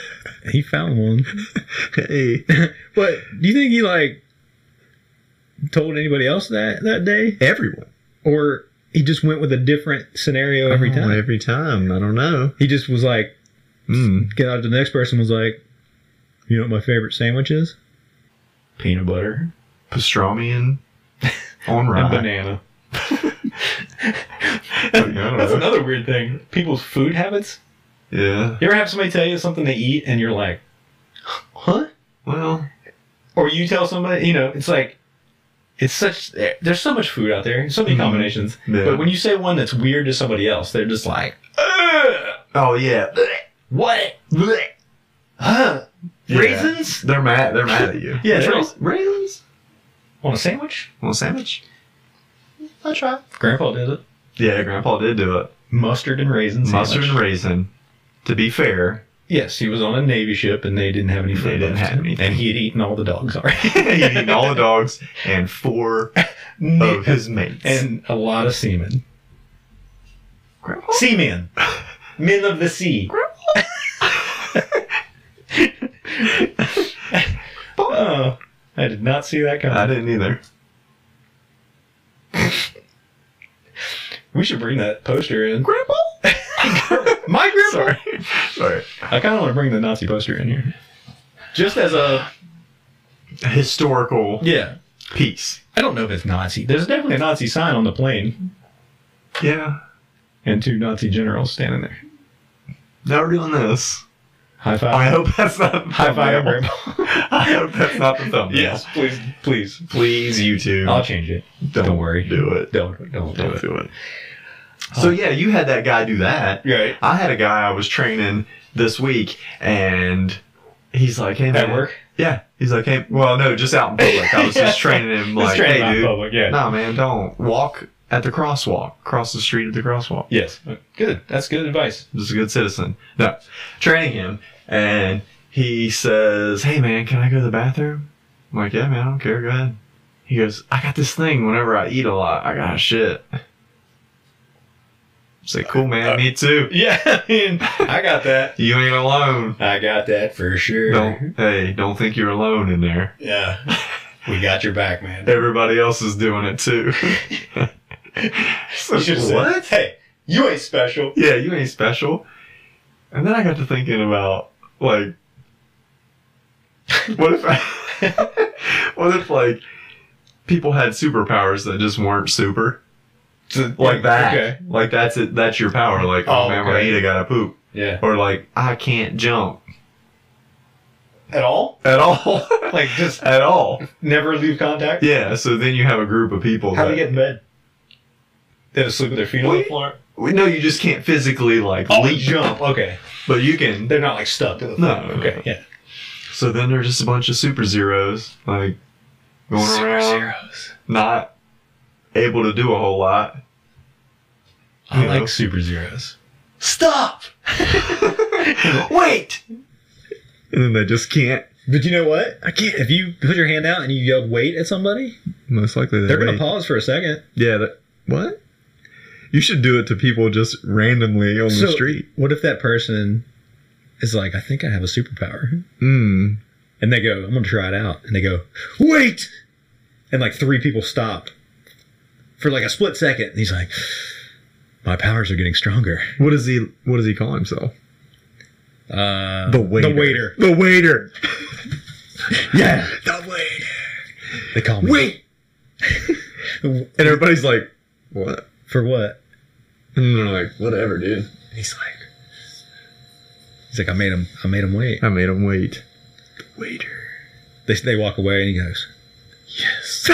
S4: He found one.
S3: Hey, <laughs>
S4: but do you think he like told anybody else that that day
S3: everyone
S4: or he just went with a different scenario every
S3: Oh,
S4: time?
S3: every time. I don't know.
S4: He just was like
S3: Mm.
S4: get out to the next person was like you know what my favorite sandwich is?
S5: peanut butter
S3: Pastrami and on <laughs>
S5: and banana. That's another weird thing. People's food habits.
S3: Yeah.
S5: You ever have somebody tell you something to eat and you're like, huh?
S3: Well.
S5: Or you tell somebody, you know, it's like, it's such, there- there's so much food out there, so many
S3: Mhm.
S5: combinations.
S3: Yeah.
S5: But when you say one that's weird to somebody else, they're just like, Ugh,
S3: Oh yeah.
S5: what? Blech. Huh?
S3: Yeah.
S5: Raisins?
S3: They're mad. They're mad at <laughs> you.
S5: Yeah,
S3: What's
S5: they're-
S3: else? raisins.
S5: On a sandwich?
S3: Want a sandwich?
S5: I try. Grandpa did it.
S3: Yeah, Grandpa did do it.
S5: Mustard and raisins.
S3: Mustard and raisin. To be fair, <laughs>
S5: Yes, he was on a Navy ship and they didn't have any food.
S3: didn't
S5: left.
S3: have anything.
S5: And he had eaten all the dogs already.
S3: he eaten all the dogs and <laughs> four of his mates.
S5: <laughs> and a lot of seamen. Seamen. Men of the sea. oh, I did not see that coming.
S3: I didn't either.
S5: We should bring that poster in. Grandpa? My grandpa.
S6: Sorry.
S5: I kind of want to bring the Nazi poster in here, just as a
S6: A historical
S5: yeah.
S6: piece.
S5: I don't know if it's Nazi. There's definitely a Nazi sign on the plane,
S6: Yeah.
S5: and two Nazi generals standing there.
S6: Now we're doing this.
S5: High five.
S6: I hope that's not the
S5: High five,
S6: thumbnail. <laughs> I hope that's not the thumbnail.
S5: <laughs> Yes, please, please.
S6: Please, YouTube.
S5: I'll change it. Don't, worry.
S6: do it.
S5: Don't don't do
S6: Don't
S5: it.
S6: do it. So yeah, you had that guy do that.
S5: Right.
S6: I had a guy I was training this week, and he's like, "Hey, man."
S5: At work?
S6: Yeah. He's like, "Hey, well, no, just out in public.
S5: <laughs>
S6: I was just training him, like,
S5: training him out
S6: hey,
S5: in
S6: dude,
S5: public, yeah.
S6: nah, man, don't walk at the crosswalk, cross the street at the crosswalk.
S5: Yes. Good. That's good advice. <laughs>
S6: Just a good citizen." No, training him, and he says, "Hey, man, can I go to the bathroom?" I'm like, "Yeah, man, I don't care. Go ahead." He goes, "I got this thing. Whenever I eat a lot, I got shit." I say, "Cool, man. Me too."
S5: Uh, Yeah, I mean, I got that.
S6: You ain't alone.
S5: I got that for sure. <laughs>
S6: Don't hey, don't think you're alone in there.
S5: Yeah. We got your back, man.
S6: Everybody else is doing it too. <laughs> So,
S5: You should've said,
S6: what?
S5: hey, you ain't special.
S6: Yeah, you ain't special. And then I got to thinking about like, what if, <laughs> what if like people had superpowers that just weren't super like that?
S5: Okay.
S6: Like that's it. That's your power. Like oh,
S5: Oh,
S6: man, when I
S5: okay.
S6: eat, I gotta poop.
S5: Yeah.
S6: Or like I can't jump
S5: At all?
S6: at all.
S5: <laughs> Like, just
S6: at
S5: <laughs>
S6: all.
S5: never leave contact?
S6: Yeah. So then you have a group of people.
S5: How'd
S6: that,
S5: they get in bed? They had to sleep with their feet on the
S6: What?
S5: floor?
S6: We no, you just can't physically like
S5: Oh.
S6: leap,
S5: jump. Okay.
S6: but you can.
S5: They're not, like, stuck to the
S6: No,
S5: floor.
S6: no,
S5: Okay,
S6: no.
S5: yeah.
S6: So then they're just a bunch of super zeros, like going around, not able to do a whole lot.
S5: I
S6: You know?
S5: like super zeros. <laughs> Stop!
S6: Wait,
S3: And then they just can't.
S4: But you know what? I can't. If you put your hand out and you yell "wait" at somebody,
S3: Most likely they
S4: they're gonna
S3: wait.
S4: pause for a second.
S3: Yeah. That, what? You should do it to people just randomly on the street.
S4: What if that person is like, I think I have a superpower?
S3: Mm.
S4: And they go, I'm going to try it out. And they go, wait! And like three people stop for like a split second. And he's like, my powers are getting stronger.
S3: What does he? What does he call himself?
S4: Uh,
S3: The waiter.
S4: The waiter.
S3: The waiter.
S4: <laughs> Yeah.
S3: The waiter.
S4: They call me.
S3: Wait. <laughs> and everybody's like, "What?"
S4: For what?
S3: And they're like, "Whatever, dude."
S4: And he's like, he's like, I made him, I made him wait.
S3: I made him wait. The waiter.
S4: They, they walk away and he goes, yes,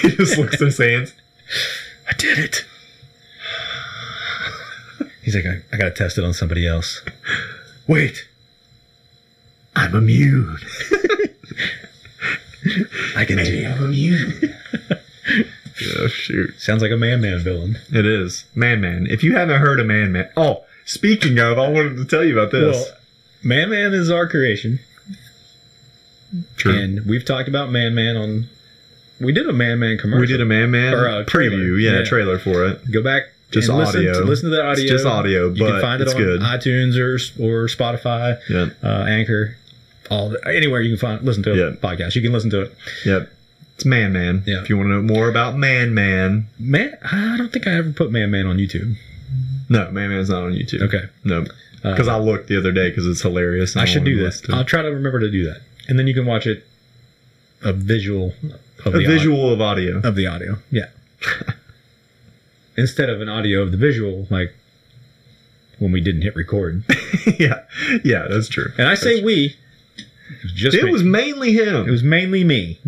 S3: he just looks at his hands.
S4: I did it. He's like, I, I got to test it on somebody else.
S3: Wait. I'm immune.
S4: I can do it.
S3: Oh shoot.
S4: Sounds like a Man Man villain.
S3: It is. Man Man. If you haven't heard of Man Man. Oh, speaking of, I wanted to tell you about this.
S4: Well, Man Man is our creation,
S3: True.
S4: and we've talked about Man Man on. We did a Man Man commercial.
S3: we did a Man Man
S4: Or a trailer.
S3: preview. Yeah,
S4: Yeah.
S3: trailer for it.
S4: Go back.
S3: Just
S4: and listen
S3: audio.
S4: To, listen to that audio.
S3: It's just audio,
S4: You
S3: but
S4: can find
S3: it's
S4: it on
S3: good.
S4: iTunes or or Spotify,
S3: Yeah.
S4: uh, Anchor, all the, anywhere you can find listen to a
S3: Yeah.
S4: podcast. You can listen to it.
S3: Yep. It's Man Man.
S4: Yeah.
S3: If you want to know more about Man Man,
S4: Man, I don't think I ever put Man Man on YouTube.
S3: no, Man Man's not on YouTube.
S4: Okay, Uh,
S3: No. Because I looked the other day because it's hilarious. and
S4: I should
S3: wanted
S4: do
S3: to
S4: this.
S3: listen to it.
S4: I'll try to remember to do that, and then you can watch it. A visual. Of
S3: A
S4: the audio.
S3: visual of audio.
S4: of the audio. Yeah.
S3: <laughs>
S4: Instead of an audio of the visual, like when we didn't hit record.
S3: <laughs> yeah. Yeah, that's true.
S4: And I say we. It was just
S3: It
S4: me.
S3: was mainly
S4: It
S3: him.
S4: was mainly me.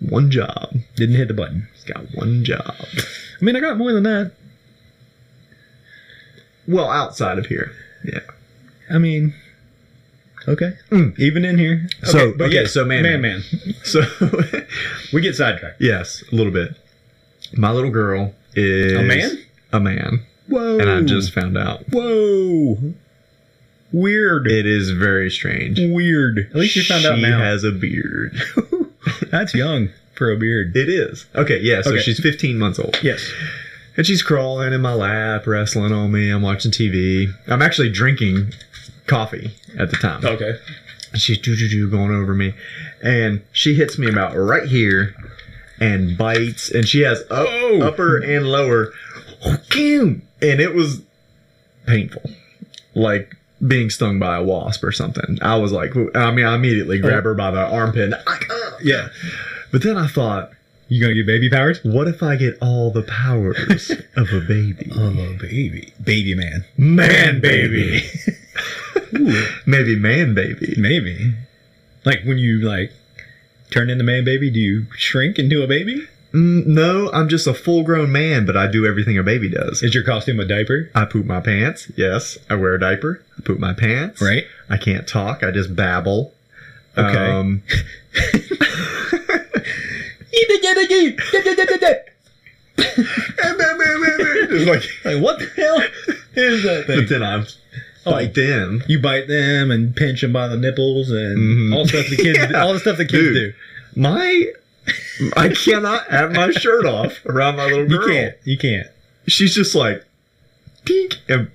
S3: One job.
S4: Didn't hit the button.
S3: He's got one job.
S4: I mean, I got more than that.
S3: Well, outside of here. Yeah.
S4: I mean, okay. Mm, Even in here.
S3: So,
S4: but
S3: okay, so Man
S4: man,
S3: Man.
S4: man.
S3: So, <laughs>
S4: We get sidetracked.
S3: yes, a little bit. My little girl is
S4: A man?
S3: A man,
S4: Whoa.
S3: and I just found out.
S4: Whoa. Weird.
S3: It is very strange.
S4: Weird. At least you found out
S3: she
S4: now.
S3: has a beard. <laughs>
S4: That's young for a beard.
S3: it is okay. Yeah, so
S4: Okay.
S3: she's 15 months old,
S4: Yes.
S3: and she's crawling in my lap, wrestling on me. I'm watching TV. I'm actually drinking coffee at the time.
S4: Okay.
S3: And she's doo doo doo going over me, and she hits me about right here, and bites, and she has up,
S4: Oh.
S3: upper and lower. and it was painful, like being stung by a wasp or something. I was like, I mean, I
S4: Oh.
S3: immediately grabbed her by the armpit. and, like, "Ugh." yeah, but then I thought,
S4: You gonna get baby powers?
S3: what if I get all the powers of a baby,
S4: Oh, baby, baby <laughs> man,
S3: man baby, <laughs> maybe man baby?
S4: maybe. Like when you like turn into man baby, do you shrink into a baby?
S3: Mm, no, I'm just a full grown man, but I do everything a baby does.
S4: Is your costume a diaper?
S3: I poop my pants. Yes, I wear a diaper. I poop my pants.
S4: Right.
S3: I can't talk. I just babble.
S4: Okay.
S3: Um,
S4: <laughs>
S3: <laughs> It's like,
S4: Like what the hell is that thing? Oh.
S3: but then I bite them.
S4: you bite them and pinch them by the nipples and
S3: Mhm.
S4: all the stuff the <laughs> kids
S3: Yeah.
S4: all the stuff the kids
S3: Dude,
S4: do.
S3: My, I cannot have my shirt off around my little
S4: You
S3: girl.
S4: can't. You can't.
S3: She's just like, peek. And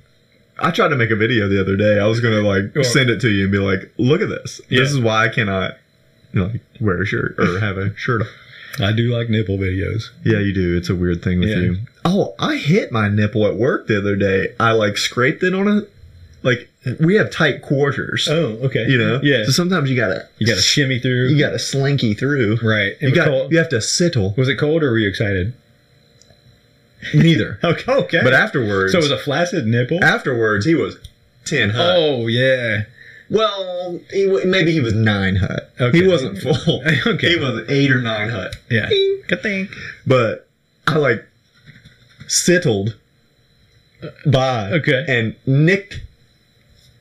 S3: I tried to make a video the other day. I was gonna like
S4: Well-
S3: send it to you and be like, look at this.
S4: Yeah.
S3: This is why I cannot, you know, like wear a shirt or have a shirt off.
S4: I do like nipple videos.
S3: Yeah, you do. It's a weird thing with
S4: Yeah.
S3: you. Oh, I hit my nipple at work the other day. I like scraped it on a like we have tight quarters.
S4: Oh, okay.
S3: You know?
S4: Yeah.
S3: So sometimes you gotta
S4: you got to shimmy through.
S3: you gotta slinky through.
S4: right. It
S3: You
S4: was
S3: got
S4: cold.
S3: you have to sittle.
S4: Was it cold or were you excited?
S3: Neither.
S4: <laughs> Okay. <laughs> okay.
S3: But afterwards
S4: so it was a flaccid nipple.
S3: afterwards he was ten hot.
S4: Oh yeah.
S3: Well, he, wa- maybe he was nine hut.
S4: Okay.
S3: He wasn't full.
S4: <laughs> Okay.
S3: He was eight or nine hut.
S4: Yeah.
S3: But I like sittled by
S4: Okay.
S3: and nicked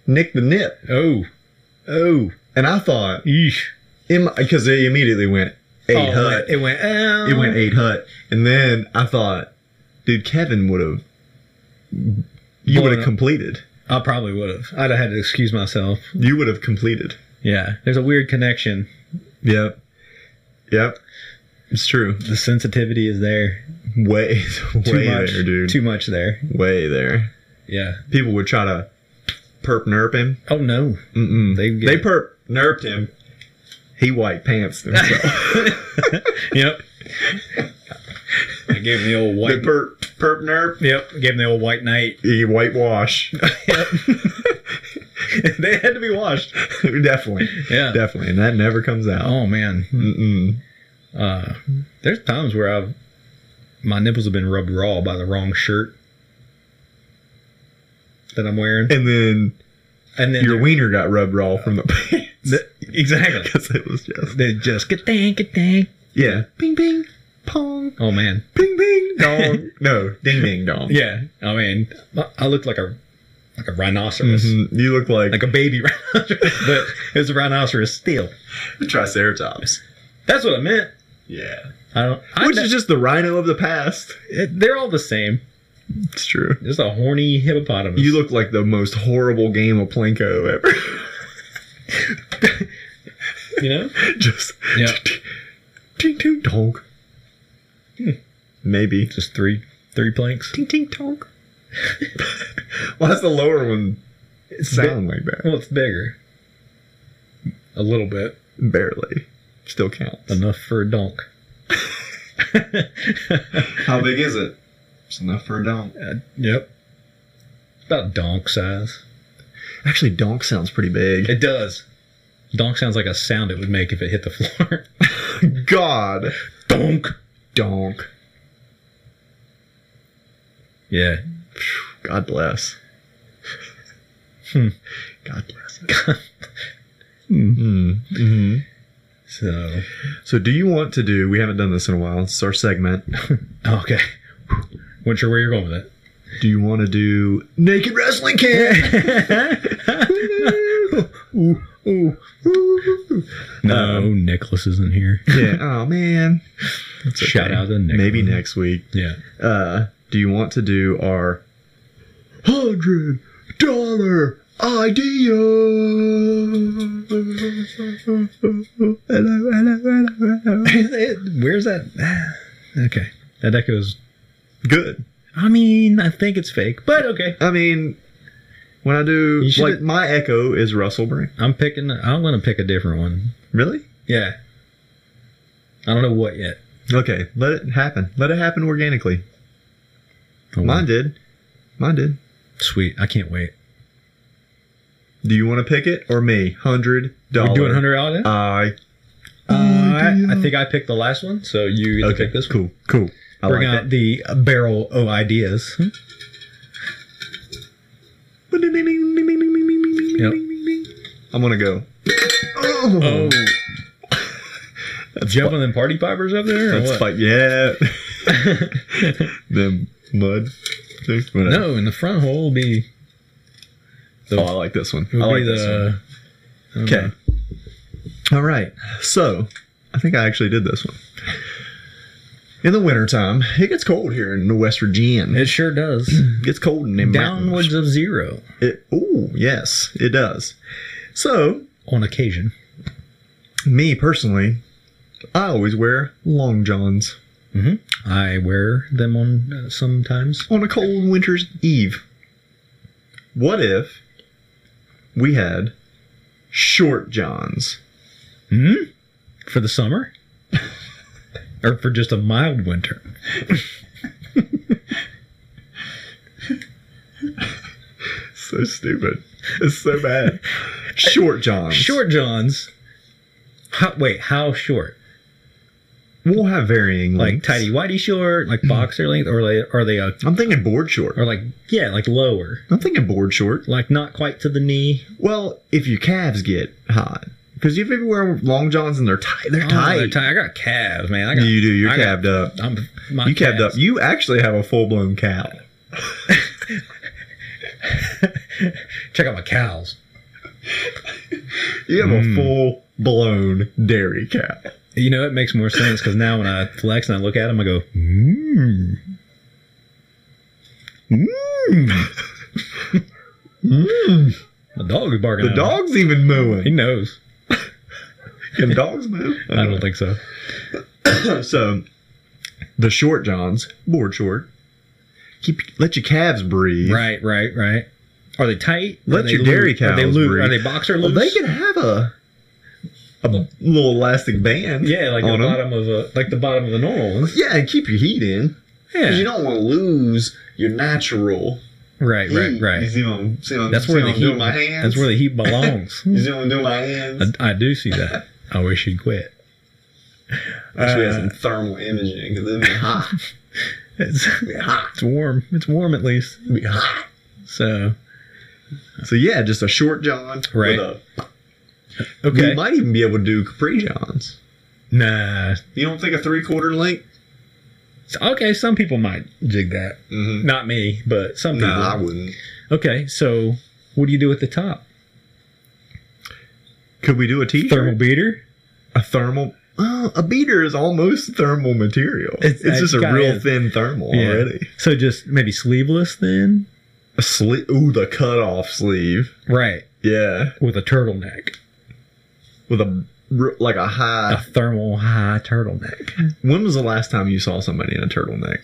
S3: nicked the nip.
S4: Oh. Oh.
S3: And I thought
S4: Yeesh.
S3: because they immediately went eight
S4: Oh,
S3: hut.
S4: It went. It went. Oh.
S3: It went eight hut. And then I thought, dude, Kevin would have you
S4: Blown
S3: would have
S4: up.
S3: completed.
S4: I probably would have. I'd have had to excuse myself.
S3: You would have completed.
S4: Yeah. There's a weird connection.
S3: Yep. Yep. It's true.
S4: The sensitivity is there.
S3: Way, <laughs> way
S4: Too much.
S3: there, dude.
S4: Too much there.
S3: way there.
S4: Yeah.
S3: People would try to perp nerp him.
S4: Oh no.
S3: Mm-mm.
S4: They
S3: They
S4: get-
S3: they perp nerped him. He white pants
S4: <laughs>
S3: himself.
S4: Yep. I gave him the old
S3: they
S4: white.
S3: perp perp nerp.
S4: Yep. Gave him the old white knight.
S3: He <laughs>
S4: <laughs>
S3: whitewash.
S4: they had to be washed.
S3: <laughs> definitely.
S4: Yeah.
S3: Definitely. And that never comes out.
S4: Oh man.
S3: Mm-mm.
S4: Uh, there's times where I've my nipples have been rubbed raw by the wrong shirt that I'm wearing,
S3: And then
S4: and then
S3: your wiener got rubbed raw from the
S4: <laughs>
S3: pants.
S4: the, exactly
S3: Because it was just
S4: they just get dang get dang.
S3: yeah, ping ping pong,
S4: Oh man,
S3: ping ping <laughs> dong. no, ding ding dong.
S4: yeah. I mean, I- I looked like a like a rhinoceros,
S3: Mhm. You look like,
S4: like a baby <laughs> rhinoceros, but it was a rhinoceros still.
S3: a triceratops.
S4: That's what I meant.
S3: Yeah,
S4: I don't.
S3: <laughs>
S4: I
S3: which
S4: ne-
S3: is just the rhino of the past.
S4: it- they're all the same.
S3: It's true.
S4: Just a horny hippopotamus.
S3: You look like the most horrible game of plinko ever. <laughs>
S4: you know.
S3: just
S4: Yeah.
S3: <laughs> ding ding dong. Hmm. Maybe
S4: Just three three planks.
S3: ding ding dong. Why does the lower one sound like that?
S4: Well, it's bigger. A little bit.
S3: Barely. Still counts.
S4: Enough for a donk.
S3: How big is it? It's enough for a donk.
S4: Yep. About donk size.
S3: Actually, donk sounds pretty big.
S4: It does. Donk sounds like a sound it would make if it hit the <laughs> floor.
S3: God,
S4: donk.
S3: donk.
S4: Yeah.
S3: God bless.
S4: Hmm.
S3: God bless. Hmm.
S4: Mm-hmm. So
S3: So, do you want to do? We haven't done this in a while. This is our segment. <laughs>
S4: okay. Not sure where you're going with it.
S3: Do you want to do naked wrestling camp?
S4: <laughs>
S3: Ooh, ooh, ooh.
S4: No, Nicholas isn't here.
S3: Yeah. <laughs> Oh man. That's
S4: Shout out to Nick.
S3: Maybe next week.
S4: Yeah.
S3: Uh, do you want to do our hundred dollar idea? Hello, hello, hello, hello.
S4: <laughs> Where's that? <sighs> okay. That echoes.
S3: Good.
S4: I mean, I think it's fake, but okay.
S3: I mean, when I do
S4: You should-
S3: like my echo is Russell Brand.
S4: I'm picking. I'm gonna pick a different one.
S3: Really?
S4: Yeah. I don't know what yet.
S3: Okay. Let it happen. Let it happen organically.
S4: Oh,
S3: Mine did. Mine did.
S4: Sweet. I can't wait.
S3: Do you want to pick it or me? Hundred
S4: We're
S3: dollars.
S4: doing hundred dollars. Uh,
S3: I
S4: I, I think I picked the last one, so you get to
S3: okay.
S4: pick this. One.
S3: Cool. Cool. I
S4: Bring
S3: like Hmm?
S4: out the uh, barrel of ideas. Yep.
S3: I'm gonna go.
S4: Oh.
S3: <laughs>
S4: Jumping them party pipers up there? Or
S3: That's
S4: what?
S3: fight.
S4: <laughs>
S3: Yeah. the mud. thing, whatever.
S4: No, in the front hole will be,
S3: Oh, I like this one. I
S4: will
S3: like
S4: be
S3: this one.
S4: the.
S3: Okay. All right. So, I think I actually did this one. In the wintertime, it gets cold here in West Virginia.
S4: It sure
S3: <clears throat>
S4: does.
S3: It gets cold in them
S4: Downwards of zero
S3: It, ooh, yes, it does. So,
S4: on occasion.
S3: me personally, I always wear long johns
S4: I wear them on uh, sometimes.
S3: on a cold winter's eve. What if we had short johns?
S4: For the summer? <laughs> or for just a mild winter?
S3: So stupid. It's so
S4: <laughs>
S3: bad. Short johns.
S4: Short Johns. How, wait, how short?
S3: We'll have varying
S4: Like
S3: lengths.
S4: tidy whitey short,
S3: Mm-hmm.
S4: like boxer length, or like, are they a,
S3: I'm thinking board short.
S4: or like yeah, like lower,
S3: I'm thinking board short.
S4: like not quite to the knee.
S3: Well, if your calves get hot, because if you wear long johns and they're tight, they're
S4: Oh,
S3: tight.
S4: they're tight. I got calves, man. I got,
S3: You do. You're
S4: I got-
S3: calved up.
S4: I'm my
S3: you calved
S4: calves.
S3: up. You actually have a full blown cow.
S4: Check out my cows.
S3: You have
S4: Mm.
S3: a full blown dairy cow.
S4: You know, it makes more sense because now when I flex and I look at them, I go,
S3: Hmm.
S4: my dog is barking.
S3: The
S4: at me."
S3: dog's even
S4: He <laughs>
S3: mooing.
S4: knows.
S3: Can dogs moo?
S4: I don't think so.
S3: so. The short johns, board short. Keep let your calves breathe.
S4: Right, right, right. Are they tight?
S3: Let
S4: are they
S3: your dairy
S4: loose? Are they
S3: cows
S4: loose?
S3: breathe.
S4: Are they boxer
S3: Well,
S4: loose?
S3: Oh, they can have a a little elastic band.
S4: yeah, like the
S3: on 'em.
S4: bottom of a like the bottom of the normal ones.
S3: Yeah, and keep your heat in.
S4: Yeah.
S3: Because you don't want to lose your natural
S4: right,
S3: heat.
S4: right,
S3: You
S4: right.
S3: see what I'm, see what I'm-
S4: That's
S3: see
S4: where
S3: what
S4: the
S3: I'm doing
S4: heat.
S3: with my hands?
S4: That's where the heat <laughs> belongs.
S3: You see what I'm doing with my hands?
S4: I, I do see that. I wish you'd quit.
S3: I wish we had some thermal imaging because it'd be hot. <laughs>
S4: It's, it's warm. It's warm at least.
S3: It'd be hot.
S4: So
S3: So yeah, just a short john.
S4: Right.
S3: With a,
S4: okay.
S3: We might even be able to do capri johns.
S4: Nah.
S3: You don't think a three quarter length?
S4: So- Okay, some people might jig that.
S3: Mhm.
S4: Not me, but some people.
S3: Nah, I wouldn't.
S4: Okay, so what do you do at the top?
S3: Could we do a t-shirt?
S4: Thermal beater?
S3: a thermal. Oh, a beater is almost thermal material.
S4: It's-
S3: It's, just a
S4: it kinda
S3: real
S4: is.
S3: thin thermal already.
S4: So just maybe sleeveless then?
S3: A sleeve. Ooh, the cutoff sleeve.
S4: Right.
S3: Yeah,
S4: With a turtleneck.
S3: with a r- like a high.
S4: A thermal high turtleneck.
S3: When was the last time you saw somebody in a turtleneck?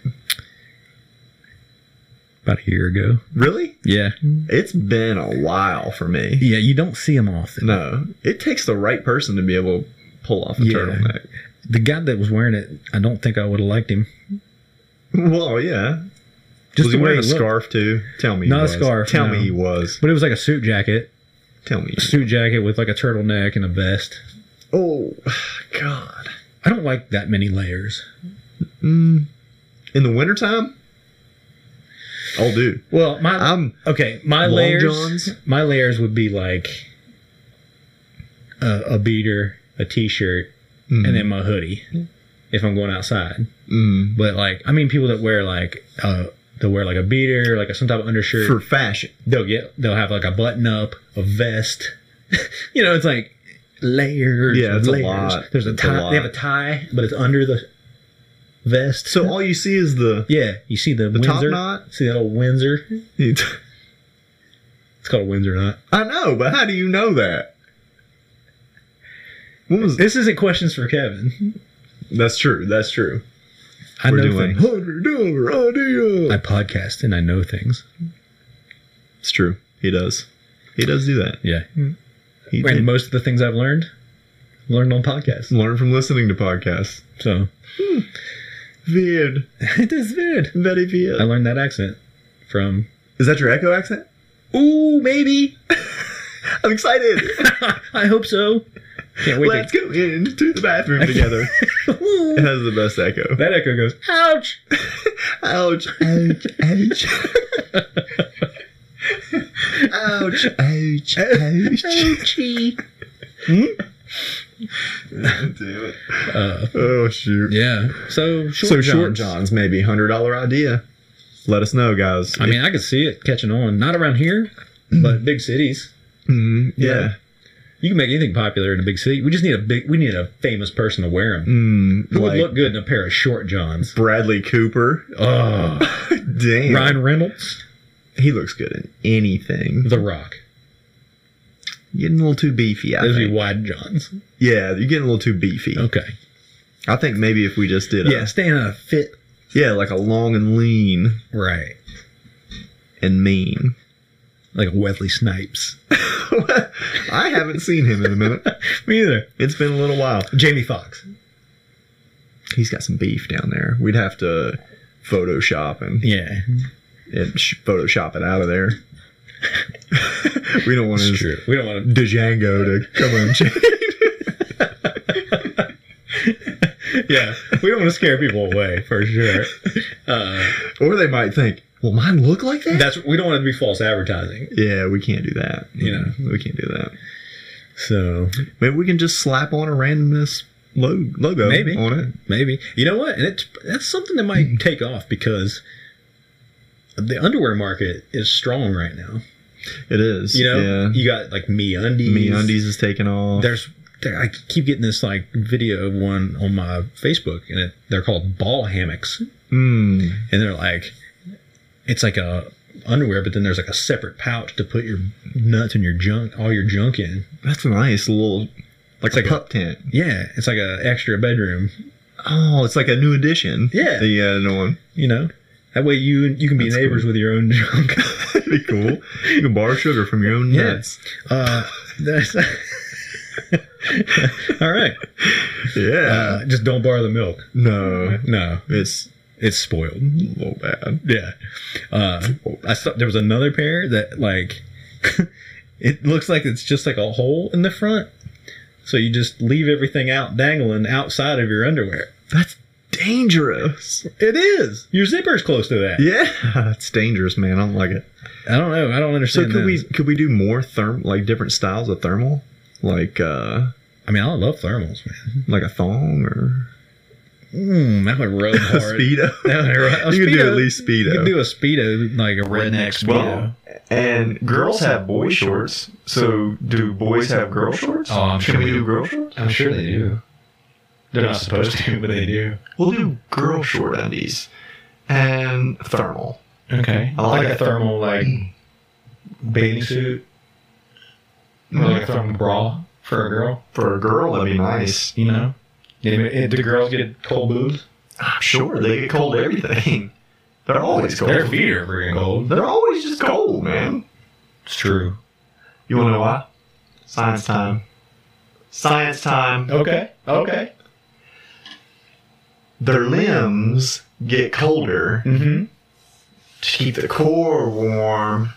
S4: About a year ago.
S3: Really?
S4: Yeah.
S3: It's been a while for me.
S4: Yeah, you don't see them often.
S3: No, it takes the right person to be able to pull off a
S4: Yeah.
S3: turtleneck.
S4: The guy that was wearing it, I don't think I would have liked him.
S3: Well, yeah.
S4: Just
S3: was
S4: the
S3: he
S4: way
S3: wearing a
S4: he looked.
S3: scarf too? Tell me, he
S4: Not a
S3: was.
S4: scarf,
S3: Tell
S4: no.
S3: me he was.
S4: But it was like a suit jacket.
S3: Tell me.
S4: Suit jacket with like a turtleneck and a vest.
S3: Oh God! Mm.
S4: I don't like that many layers.
S3: In the wintertime? Oh, dude.
S4: Well, my
S3: I'm-
S4: okay. My
S3: Long
S4: layers,
S3: Johns?
S4: my layers would be like a, a beater, a t-shirt, and then my hoodie if I'm going outside.
S3: Mm,
S4: But like, I mean, people that wear like uh, they wear like a beater, like some type of undershirt.
S3: for fashion.
S4: they'll get they'll have like a button up, a vest. <laughs> you know, it's like layers.
S3: Yeah,
S4: of
S3: it's a
S4: layers.
S3: lot.
S4: There's a
S3: It's a
S4: tie. they have a
S3: lot.
S4: tie, but it's under the vest.
S3: So all you see is the
S4: yeah, you see the,
S3: top
S4: Windsor.
S3: knot? <laughs>
S4: See that old Windsor. It's called a Windsor knot.
S3: I know, but how do you know that? When was
S4: This isn't questions for Kevin.
S3: That's true. That's true.
S4: I
S3: We're
S4: know
S3: doing
S4: things.
S3: hundred dollar idea.
S4: I podcast and I know things.
S3: It's true. He does. He does do that.
S4: Yeah.
S3: He
S4: And
S3: did.
S4: most of the things I've learned, learned on podcasts.
S3: learn from listening to podcasts.
S4: So
S3: Weird.
S4: it is weird.
S3: Very weird.
S4: I learned that accent from.
S3: Is that your echo accent? Ooh, maybe. <laughs> I'm excited.
S4: I hope so. Can't wait.
S3: Let's
S4: To...
S3: go into the bathroom together. it has the best echo.
S4: <laughs> That echo goes. Ouch!
S3: Ouch, ouch, <laughs> ouch. ouch, ouch, <laughs> ouch. Hmm?
S4: Ouchie.
S3: <laughs>
S6: Damn it.
S3: Oh, shoot.
S4: Yeah. So short.
S3: so, short
S4: johns.
S3: John's maybe $100 idea. Let us know, guys.
S4: I mean, I could see it catching on. Not around here, but big cities.
S3: Mhm, yeah.
S4: You can make anything popular in a big city. We just need a big. We need a famous person to wear them.
S3: Mm,
S4: Who
S3: like
S4: would look good in a pair of short johns?
S3: Bradley Cooper.
S4: Oh,
S3: <laughs> Damn.
S4: Ryan Reynolds,
S3: He looks good in anything.
S4: The Rock.
S3: Getting a little too beefy, I
S4: Those would
S3: think.
S4: be wide johns.
S3: Yeah, you're getting a little too beefy.
S4: Okay.
S3: I think maybe if we just did
S4: Yeah, staying on a fit.
S3: a yeah, like a long and lean
S4: Right.
S3: and
S4: <laughs>
S3: mean.
S4: Like Wesley Snipes.
S3: I haven't seen him in a minute.
S4: <laughs> Me either.
S3: It's been a little while.
S4: Jamie Foxx.
S3: He's got some beef down there. We'd have to Photoshop and,
S4: Yeah.
S3: and sh- Photoshop it out of there. <laughs> we don't want
S4: It's
S3: his
S4: true. We don't want to.
S3: Django to come and check.
S4: <laughs> Yeah. We don't want to scare people away for sure. Uh,
S3: Or they might think, "Will mine look like that?"
S4: That's we don't want it to be false advertising.
S3: yeah, we can't do that. You
S4: Yeah.
S3: know, we can't do that.
S4: So
S3: Maybe we can just slap on a randomness lo- logo
S4: Maybe.
S3: on it.
S4: Maybe. You know what? And it's that's something that might take off because the underwear market is strong right now.
S3: It is.
S4: You know,
S3: yeah.
S4: you got like me undies.
S3: Me undies is taking off.
S4: There's I keep getting this like video of one on my Facebook, and it, they're called ball hammocks,
S3: Mm.
S4: and they're like, it's like a underwear, but then there's like a separate pouch to put your nuts and your junk, all your junk in.
S3: That's a nice little, like a
S4: like a-
S3: pup tent.
S4: Yeah, it's like a extra bedroom.
S3: Oh, it's like a new addition.
S4: Yeah.
S3: the uh, new one. <laughs>
S4: You know, that way you you can be
S3: That's
S4: neighbors
S3: cool.
S4: with your own junk. <laughs>
S3: That'd be cool. You can borrow sugar from your own
S4: Yeah.
S3: nuts.
S4: Uh, that's <laughs> all right.
S3: Yeah.
S4: Uh, just don't borrow the milk.
S3: no,
S4: No,
S3: it's
S4: it's spoiled.
S3: a little bad.
S4: Yeah. Uh, I saw there was another pair that like <laughs> it looks like it's just like a hole in the front. So you just leave everything out dangling outside of your underwear.
S3: That's dangerous.
S4: It is. Your zipper's close to that.
S3: Yeah, it's dangerous, man. I don't like it.
S4: I don't know. I don't
S3: So
S4: understand.
S3: could
S4: those.
S3: we could we do more therm like different styles of thermal, like uh
S4: I mean, I love thermals, man.
S3: like a thong or
S4: Mm, that would <laughs> rub
S3: a
S4: hard.
S3: speedo?
S4: That would rub- a
S3: <laughs> you could do
S4: Speedo.
S3: at least
S4: You could
S3: speedo.
S4: do a speedo like a redneck speedo.
S6: Well, and girls have boy shorts. So do boys have girl shorts?
S7: Oh, I'm
S6: Can
S7: sure
S6: we
S7: they
S6: do
S7: do.
S6: girl shorts?
S7: I'm sure they do. They're not supposed to, but they do.
S6: We'll do girl short undies and thermal.
S7: Okay. I like a thermal like bathing suit. Or like a thermal bra for a girl.
S6: For a girl, that'd be nice.
S7: You know, Yeah, but it- do girls get cold boobs?
S6: I'm sure they get cold everything. <laughs> They're always cold.
S7: Their feet are freaking cold.
S6: They're always just cold, man.
S7: It's true.
S6: You wanna know why? Science time. Science time.
S7: Okay. Okay.
S6: Their limbs get colder
S7: Mm-hmm.
S6: to keep the core warm.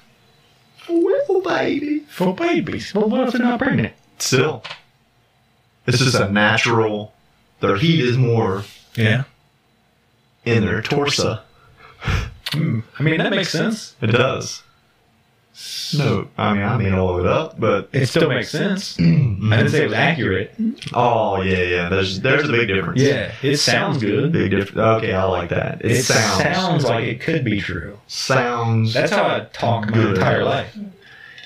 S6: Well, baby.
S7: For babies. Well, what if they're not pregnant?
S6: Still, it's just a natural. Their heat is more
S7: Yeah.
S6: in their torso.
S7: I mean, that makes sense.
S6: It does. No, I mean I made all of it up, but
S7: It still makes sense. <clears throat> I didn't say it was accurate.
S6: oh yeah, yeah. There's there's a big difference.
S7: Yeah. It sounds good.
S6: Big difference. Okay, I like that. It,
S7: It
S6: sounds
S7: sounds like it could be true.
S6: sounds.
S7: That's how I talk my
S6: Good.
S7: entire life.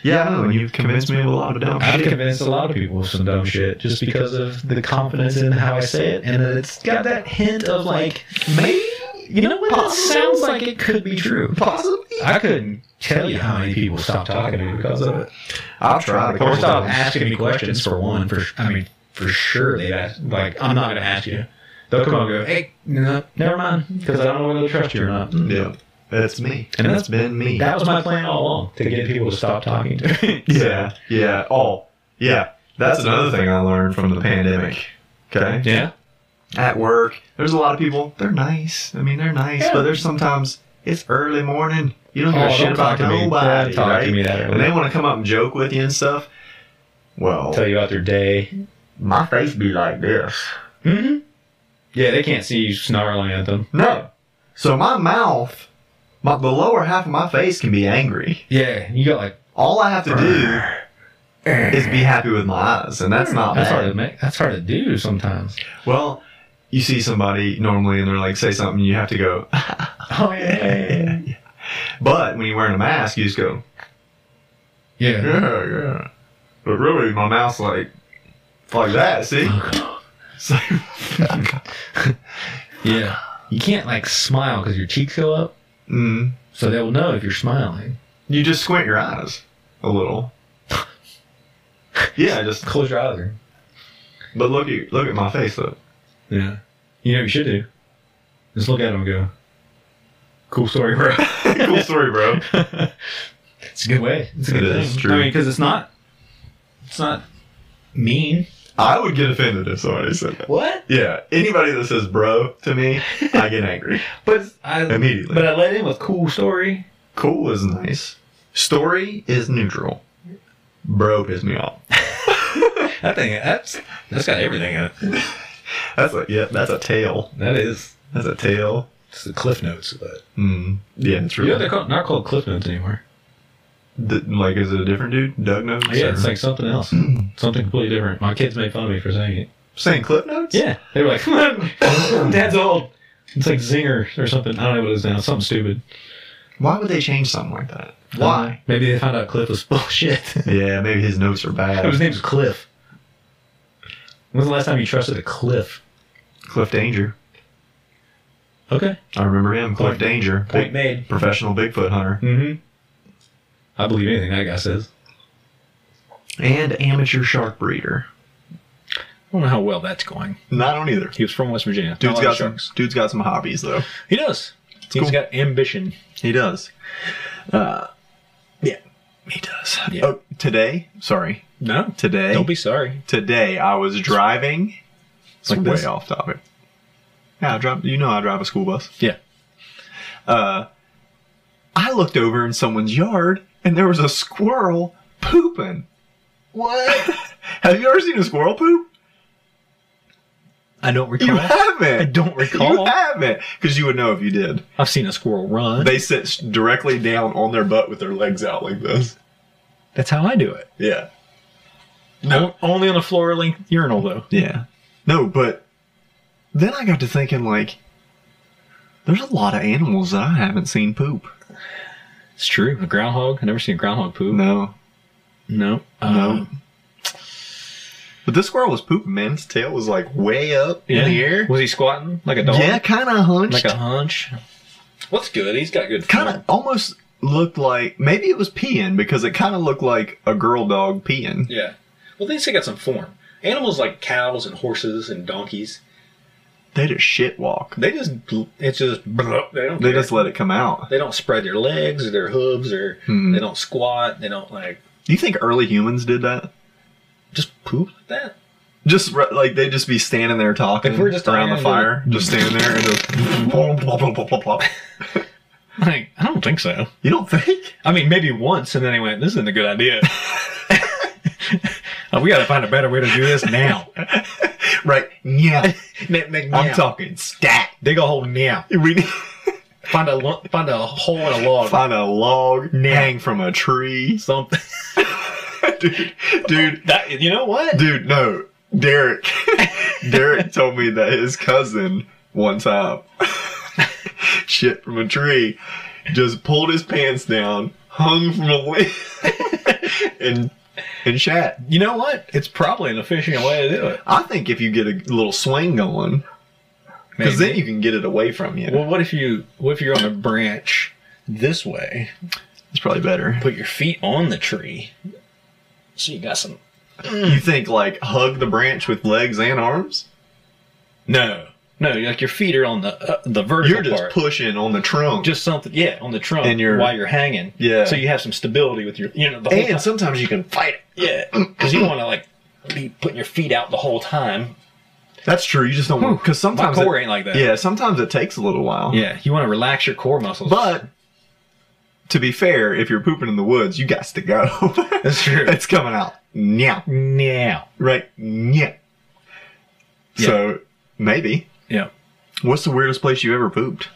S6: yeah, I know. And you've convinced me of a lot of dumb
S7: I've
S6: shit.
S7: convinced a lot of people of some dumb shit just because of the confidence in how I say it, and that it's got that hint of like,
S6: Maybe
S7: you know what? That sounds like it could be true.
S6: possibly.
S7: I couldn't tell you how many people stopped talking to me because of it,
S6: I've tried.
S7: or stopped
S6: stop.
S7: asking me questions. For one, for I mean, for sure they ask. Like, I'm not gonna ask you. They'll come up and go, hey, no, never mind, because I don't know whether to trust you or not.
S5: Mm.
S6: Yeah, that's me,
S7: And
S6: that's been me.
S7: That was my plan all along to get people to stop talking to
S5: <laughs>
S7: me.
S6: Yeah, yeah. Oh, yeah. That's another thing I learned from the pandemic. Okay.
S7: Yeah.
S6: at work. There's a lot of people. They're nice. I mean, they're nice, but there's sometimes it's early morning. You don't give
S5: Oh,
S6: a shit
S5: don't
S6: about
S5: talk to me.
S6: nobody.
S5: Don't talk to
S6: right?
S5: me that early.
S6: And they want to come up and joke with you and stuff. Well,
S5: Tell you about their day.
S6: my face be like this.
S5: Mm-hmm. Yeah, they can't see you snarling at them.
S6: No. So my mouth, my, the lower half of my face can be angry.
S5: Yeah, you got like
S6: All I have to do is be happy with my eyes, and that's not
S5: that's
S6: bad.
S5: hard to make. That's hard to do sometimes.
S6: Well, you see somebody normally and they're like, say something, you have to go,
S5: Oh yeah.
S6: but when you're wearing a mask, you just go,
S5: Yeah.
S6: yeah, yeah. But really, my mouth's like, like that, see? So,
S5: Yeah. You can't like smile because your cheeks go up,
S6: mm,
S5: so they will know if you're smiling.
S6: you just squint your eyes a little. Yeah, just,
S5: Close your eyes. Or...
S6: but look at, look at my face, look.
S5: Yeah. You know what you should do? Just look at them and go. Cool story, bro.
S6: <laughs> cool story, bro.
S5: <laughs> It's a good way. It's a good
S6: It
S5: thing.
S6: is true.
S5: I mean, because it's not, it's not mean.
S6: I would get offended if somebody said that.
S5: What?
S6: Yeah, anybody that says bro to me, I get angry.
S5: But I
S6: Immediately.
S5: But I let in with cool story.
S6: Cool is nice. Story is neutral. Bro pisses me off.
S5: That thing. That's that's got everything in it.
S6: That's a yeah. That's a tail.
S5: That is.
S6: That's a tail.
S5: It's the cliff notes of it.
S6: Mm, yeah, it's
S5: You know they're
S6: really
S5: called, not called cliff notes anymore.
S6: D- like is it a different dude? Doug knows.
S5: Oh, Yeah,
S6: or-
S5: it's like something else, <clears throat> something completely different. My kids made fun of me for saying it.
S6: saying clip notes.
S5: Yeah, they were like, <laughs> "Dad's old." It's like zinger or something. I don't know what it is now. Something stupid. Um,
S6: Why would they change something like that? Why?
S5: Maybe they found out Cliff was <laughs> bullshit.
S6: yeah, maybe his notes are bad.
S5: His name's Cliff. When's the last time you trusted a Cliff?
S6: Cliff Danger.
S5: Okay.
S6: I remember him. Cliff
S5: Point-
S6: Danger.
S5: Point
S6: Big-
S5: made.
S6: Professional Bigfoot hunter
S5: Mm-hmm. I believe anything that guy says.
S6: and amateur shark breeder.
S5: I don't know how well that's going.
S6: Not on either.
S5: He was from West Virginia.
S6: Dude's
S5: Not a lot
S6: got
S5: of
S6: some.
S5: sharks.
S6: Dude's got some hobbies though.
S5: He does. He's
S6: cool.
S5: got ambition.
S6: He does. Uh, yeah, he does.
S5: Yeah.
S6: Oh, today. Sorry,
S5: No.
S6: today.
S5: Don't be sorry.
S6: today I was driving. It's
S5: Like
S6: way
S5: this?
S6: off topic. Yeah, I drive. You know, I drive a school bus.
S5: Yeah.
S6: Uh, I looked over in someone's yard, and there was a squirrel pooping. What? <laughs> Have you ever seen a squirrel poop?
S5: I don't
S6: You
S5: recall.
S6: haven't.
S5: I don't recall.
S6: You haven't, because you would know if you did.
S5: I've seen a squirrel run.
S6: They sit s- directly down on their butt with their legs out like this.
S5: That's how I do it.
S6: Yeah.
S5: No. Only on a floor length urinal though.
S6: Yeah. No, but then I got to thinking like there's a lot of animals that I haven't seen poop.
S5: It's true. A groundhog. I never seen a groundhog poop.
S6: No.
S5: No.
S6: No.
S5: Uh,
S6: But this squirrel was pooping, man. Its tail was like way up
S5: yeah.
S6: in the air.
S5: Was he squatting like a dog?
S6: Yeah, kind of
S5: Like
S6: hunched.
S5: a hunch. What's good? He's got good.
S6: kind of almost looked like maybe it was peeing because it kind of looked like a girl dog peeing.
S5: Yeah. Well, they still got some form. Animals like cows and horses and donkeys,
S6: They just shit walk.
S5: they just it's just they don't
S6: They just let it come out.
S5: they don't spread their legs or their hooves or
S6: Hmm.
S5: they don't squat. They don't like
S6: Do you think early humans did that?
S5: just poop like that.
S6: Just re- like they just be standing there talking
S5: If we're just
S6: around the
S5: talking,
S6: fire, just standing there and just
S5: <laughs>
S6: plop, plop, plop, plop, plop, plop.
S5: Like I don't think so.
S6: You don't think?
S5: I mean, maybe once, and then he went, "This isn't a good idea."
S6: <laughs>
S5: <laughs> Oh, we got to find a better way to do this now.
S6: <laughs> Right.
S5: <laughs>
S6: Yeah. I'm
S5: I'm talking.
S6: talking stat.
S5: Dig a hole now.
S6: <laughs> We need
S5: Find a lo- find a hole in a log.
S6: find a log, hang from a tree.
S5: Something.
S6: dude, dude,
S5: That you know what?
S6: dude, no.
S5: <laughs>
S6: Derek. Derek told me that his cousin one time <laughs> shit from a tree, just pulled his pants down, hung from a limb, <laughs> and and shat.
S5: You know what? It's probably an efficient way to do it.
S6: I think if you get a little swing going, because then you can get it away from you.
S5: Well, what if you what if you're on a branch this way?
S6: It's probably better.
S5: Put your feet on the tree, so you got some.
S6: You think like hug the branch with legs and arms?
S5: No, no, like your feet are on the uh, the vertical
S6: You're just
S5: part.
S6: pushing on the trunk.
S5: just something, yeah, on the trunk,
S6: And you're-
S5: while you're hanging,
S6: Yeah.
S5: So you have some stability with your, you know, the whole time.
S6: and sometimes you can fight it.
S5: yeah, because you want to like be putting your feet out the whole time.
S6: That's true. You just don't want because
S5: Whew, Hmm. my
S6: sometimes
S5: core
S6: it-
S5: ain't like that.
S6: Yeah, sometimes it takes a little while.
S5: Yeah, you want to relax your core muscles.
S6: But to be fair, if you're pooping in the woods, you got to go.
S5: <laughs> That's true.
S6: it's coming out. Yeah.
S5: now,
S6: Right. Yeah.
S5: Yeah.
S6: So maybe.
S5: yeah,
S6: What's the weirdest place you ever pooped?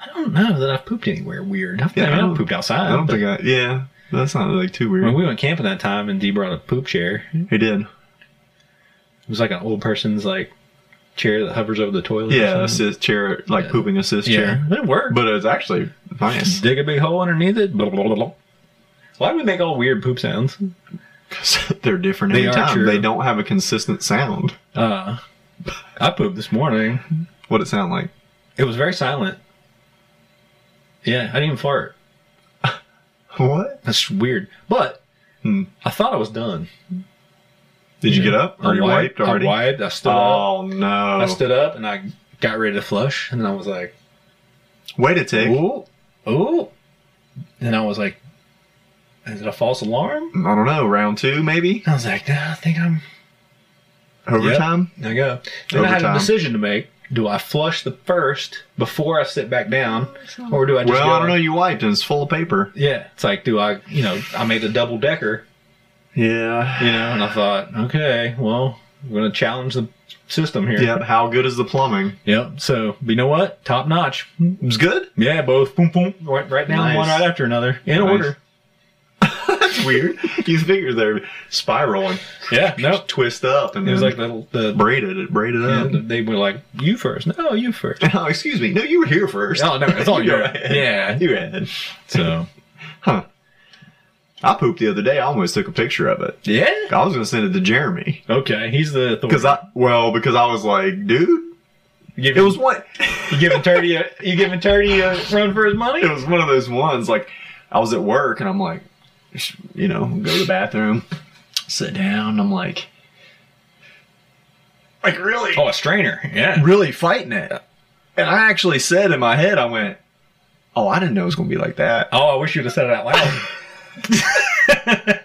S5: I don't know that I've pooped anywhere weird. I've, I mean, I've pooped
S6: I
S5: outside.
S6: don't
S5: but-
S6: think I. Yeah, that's not like too
S5: I mean,
S6: weird.
S5: we went camping that time, and D brought a poop chair. It
S6: He did.
S5: was like an old person's like chair that hovers over the toilet. or
S6: Yeah,
S5: something.
S6: assist chair, like pooping assist
S5: yeah,
S6: chair.
S5: it worked.
S6: But it's actually nice.
S5: dig a big hole underneath it. Blah, blah, blah, blah. Why do we make all weird poop sounds?
S6: 'Cause <laughs> They're different
S5: They
S6: every
S5: are
S6: time.
S5: true.
S6: They don't have a consistent sound.
S5: Uh, I pooped this morning.
S6: What it sound like?
S5: It was very silent. Yeah, I didn't even fart.
S6: What?
S5: That's weird. But
S6: Hmm.
S5: I thought I was done.
S6: Did you get up? Or
S5: I
S6: you wiped already?
S5: I wiped. I stood up.
S6: Oh no!
S5: I stood up and I got ready to flush, and then I was like,
S6: Wait a tick.
S5: "Ooh, ooh," and I was like, "Is it a false alarm?"
S6: I don't know. Round two, maybe
S5: I was like, "No, I think I'm."
S6: overtime.
S5: There you go. Then I had a
S6: Overtime.
S5: decision to make: do I flush the first before I sit back down, or do I just?
S6: Well,
S5: go-
S6: I don't know. You wiped and it's full of paper.
S5: Yeah, it's like, do I? You know, I made the double decker.
S6: Yeah.
S5: You know, and I thought, okay, well, I'm gonna challenge the system here.
S6: Yep. How good is the plumbing?
S5: Yep. So, but you know what? Top notch.
S6: It was good.
S5: Yeah, both. Boom, boom. Right, right down
S6: Nice.
S5: one right after another in
S6: Nice.
S5: order.
S6: That's
S5: <laughs>
S6: weird. you figure they're spiraling,
S5: Yeah. Nope.
S6: twist up, and
S5: It was
S6: then
S5: like the the.
S6: braided it, braided up. <laughs>
S5: yeah, they were like, "You first. No, you first.
S6: Oh, excuse me. No, you were here first.
S5: Oh no, it's
S6: <laughs>
S5: all
S6: You go
S5: your
S6: ahead.
S5: yeah.
S6: You had.
S5: So
S6: Huh. I pooped the other day. I almost took a picture of it.
S5: yeah, Oh,
S6: I was going to send it to Jeremy
S5: okay. He's the authority.
S6: because I well because I was like, dude,
S5: You giving,
S6: it was one.
S5: you giving Turdy a uh, you giving Turdy a uh, run for his money.
S6: it was one of those ones like I was at work and I'm like, sh- you know, go to the bathroom, sit down. and I'm like, like really,
S5: Oh, a strainer. Yeah.
S6: really fighting it. And I actually said in my head, I went, oh, I didn't know it was gonna be like <laughs> that.
S5: Oh, I wish you'd have said it out
S6: <laughs>
S5: loud.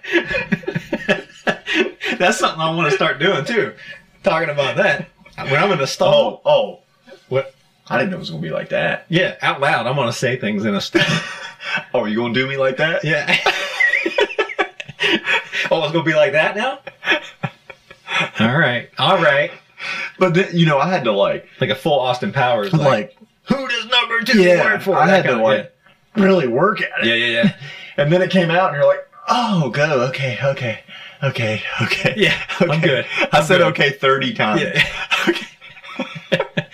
S5: That's something I want to start doing too. Talking about that when I'm in a stall.
S6: Oh, oh,
S5: What?
S6: I didn't know it was gonna be like that.
S5: Yeah, out loud. I'm gonna say things in
S6: <laughs>
S5: a stall.
S6: Oh, you gonna do me like that? <laughs>
S5: Yeah. oh, it's gonna be like that now. All right. All right.
S6: But then, you know, I had to like,
S5: Like a full Austin Powers. Like,
S6: like,
S5: who does number two work for?
S6: I
S5: That
S6: had to
S5: kinda-
S6: like really work at it.
S5: Yeah, yeah, yeah. yeah.
S6: And then it came out, and you're like, "Oh, go, okay, okay, okay, okay."
S5: Yeah,
S6: <laughs>
S5: I'm
S6: okay.
S5: good.
S6: I
S5: I'm
S6: said
S5: good.
S6: okay thirty times.
S5: Yeah.
S6: <laughs> Okay.
S5: <laughs>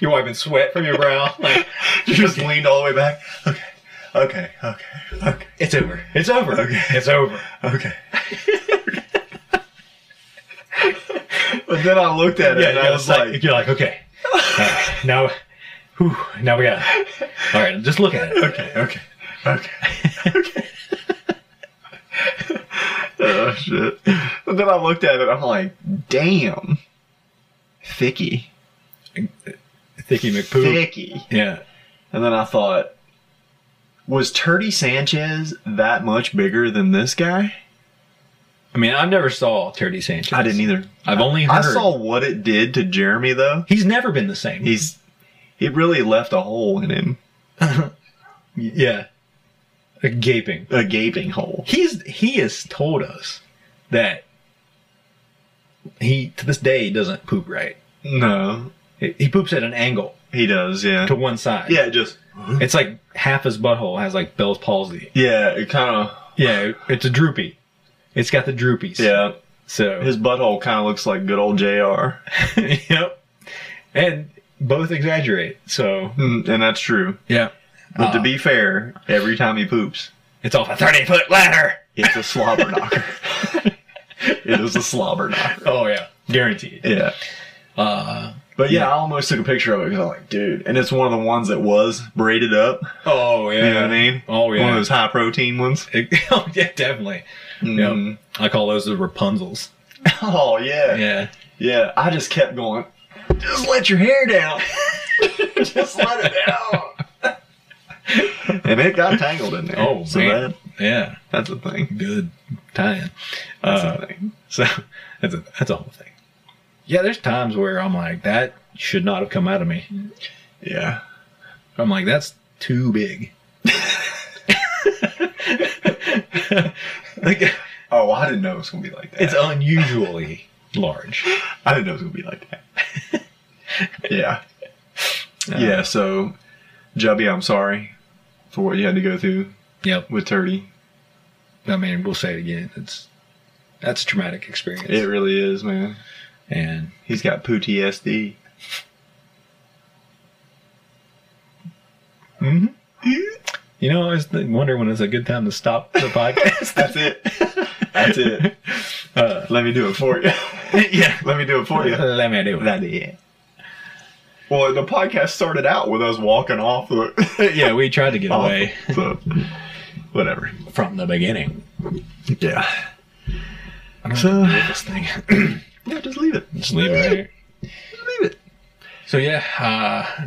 S5: You're wiping sweat from your
S6: <laughs>
S5: brow. Like
S6: You just leaned all the way back. Okay, okay, okay, okay,
S5: it's over. It's over. It's over.
S6: okay. but then I looked at it,
S5: Yeah,
S6: and
S5: you're
S6: I was
S5: like,
S6: like,
S5: you're like, okay, All right, now, whew, now we got. it. All right, just look at it.
S6: "Okay, okay, okay,
S5: <laughs>
S6: okay." oh shit! And then I looked at it. I'm like, "Damn, thicky,
S5: Thicky McPoo.
S6: thicky."
S5: Yeah,
S6: And then I thought, was Turdy Sanchez that much bigger than this guy?
S5: I mean, I never saw Turdy Sanchez.
S6: I didn't either.
S5: I've only heard.
S6: I saw what it did to Jeremy though.
S5: He's never been the same.
S6: He's it really left a hole in him,
S5: yeah, a gaping.
S6: a gaping hole.
S5: He's he has told us that he to this day doesn't poop right.
S6: No,
S5: He he poops at an angle
S6: he does. Yeah,
S5: to one side.
S6: yeah, just
S5: It's like half his butthole has like Bell's palsy.
S6: yeah, it kind of
S5: Yeah, it's a droopy. It's got the droopies.
S6: yeah.
S5: So
S6: His butthole kind of looks like good old Jr.
S5: <laughs> yep. And both exaggerate. So Uh.
S6: Mm, and that's true.
S5: yeah,
S6: But to be fair, every time he poops,
S5: it's off a thirty foot ladder.
S6: it's a slobber
S5: <laughs>
S6: knocker. <laughs> it is a slobber knocker.
S5: Oh yeah, guaranteed.
S6: Yeah.
S5: Uh,
S6: But yeah, I almost took a picture of it because I'm like, dude, and it's one of the ones that was braided up.
S5: oh yeah.
S6: You know what I mean?
S5: Oh yeah.
S6: one of those high protein ones.
S5: It- <laughs> oh yeah, definitely.
S6: Mm.
S5: Yep. I call those the Rapunzels.
S6: Oh yeah. yeah,
S5: Yeah.
S6: I just kept going. Just let your hair down. <laughs> just let it down. <laughs> and it got tangled in there.
S5: Oh
S6: so
S5: man.
S6: that
S5: yeah.
S6: that's a thing.
S5: Good. tie-in. Uh, so <laughs> that's a, that's a whole thing. Yeah, there's times where I'm like, that should not have come out of me.
S6: Yeah.
S5: I'm like, that's too big. like,
S6: Oh, well, I didn't know it was gonna be like that.
S5: it's unusually <laughs> large.
S6: I didn't know it was gonna be like that. <laughs> yeah. yeah. So, Jubby, I'm sorry for what you had to go through
S5: Yep.
S6: with Turdy.
S5: I mean, we'll say it again. It's that's a traumatic experience.
S6: It really is, man.
S5: and
S6: He's got PTSD.
S5: you know, I always th- wonder when it's a good time to stop
S6: <laughs>
S5: the
S6: <laughs>
S5: podcast.
S6: That's it. That's it. Let me do it for you.
S5: <laughs> yeah.
S6: Let me do it for you.
S5: Let me do that.
S6: Well, the podcast started out with us walking off the. <laughs>
S5: <laughs> Yeah, we tried to get away
S6: so, whatever.
S5: from the beginning.
S6: Yeah. So,
S5: This thing.
S6: yeah, just leave it.
S5: Just leave it right here.
S6: Just leave it.
S5: So yeah, uh,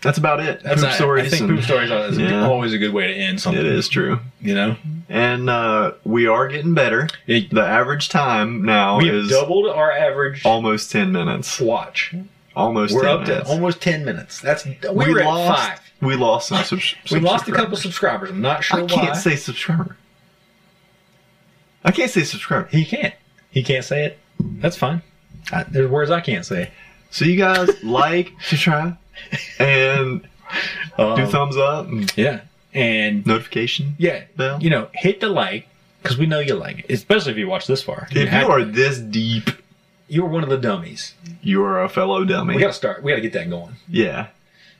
S6: That's about it.
S5: that's
S6: Poop
S5: I- I
S6: stories
S5: think
S6: and-
S5: poop stories are is
S6: Yeah.
S5: always a good way to end something.
S6: It is true.
S5: You know,
S6: And uh, we are getting better.
S5: It-
S6: The average time now
S5: we've
S6: is
S5: doubled our average
S6: almost 10 minutes.
S5: watch.
S6: Almost
S5: We're
S6: 10
S5: up to
S6: minutes.
S5: almost ten minutes. That's we, were
S6: lost,
S5: at five.
S6: We lost some subs-
S5: <laughs> We lost a
S6: subscribers.
S5: couple subscribers. I'm not sure
S6: I
S5: why.
S6: can't say subscriber. I can't say subscriber.
S5: He can't. He can't say it. That's fine. I, there's words I can't say.
S6: So you
S5: <laughs>
S6: guys like, subscribe, and
S5: Um,
S6: do thumbs up, and
S5: yeah, and
S6: notification.
S5: yeah,
S6: Bell.
S5: you know, hit the like because we know you like it, especially if you watch this far.
S6: If you are this deep,
S5: you're one of the dummies.
S6: you are a fellow dummy.
S5: We gotta start. We gotta get that going.
S6: yeah.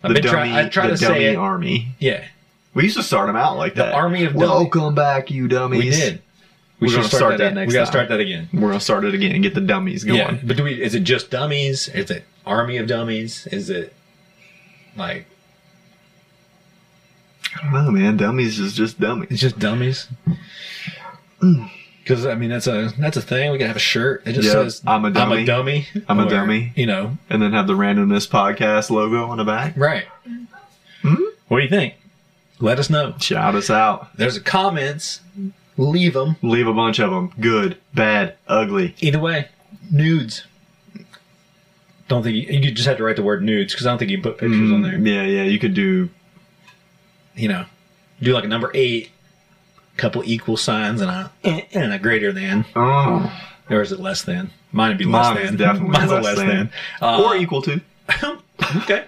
S5: I've been trying. I try
S6: the
S5: to
S6: dummy
S5: say it.
S6: army.
S5: Yeah,
S6: We used to start them out like that.
S5: army of
S6: Welcome back, you dummies.
S5: we did. We
S6: We're
S5: should
S6: gonna
S5: start,
S6: start
S5: that,
S6: that
S5: again.
S6: next
S5: We gotta
S6: time.
S5: start that again.
S6: We're gonna start it again and get the dummies going.
S5: yeah, but do we? Is it just dummies? Is it army of dummies? Is it like
S6: I don't know, man. Dummies is just
S5: it's
S6: dummies.
S5: just dummies? Because I mean, that's a that's a thing. We can have a shirt that just
S6: Yeah,
S5: says
S6: I'm a
S5: I'm
S6: dummy.
S5: a dummy.
S6: I'm a
S5: or,
S6: dummy.
S5: You know,
S6: And then have the randomness podcast logo on the back.
S5: right?
S6: Mm-hmm.
S5: What do you think? Let us know.
S6: Shout us out.
S5: There's comments. Leave them
S6: Leave a bunch of them. Good, bad, ugly.
S5: either way. Nudes. Don't think you, you just have to write the word nudes because I don't think you can put pictures
S6: Mm-hmm.
S5: on there.
S6: Mm, Yeah, yeah. You could do.
S5: you know, do like a number eight, couple equal signs, and a eh, and a greater than,
S6: Oh,
S5: or is it less than? Mine would be less
S6: Mine is
S5: than.
S6: definitely
S5: Mine's a
S6: less
S5: less
S6: than.
S5: than. Uh,
S6: or equal to.
S5: <laughs> okay.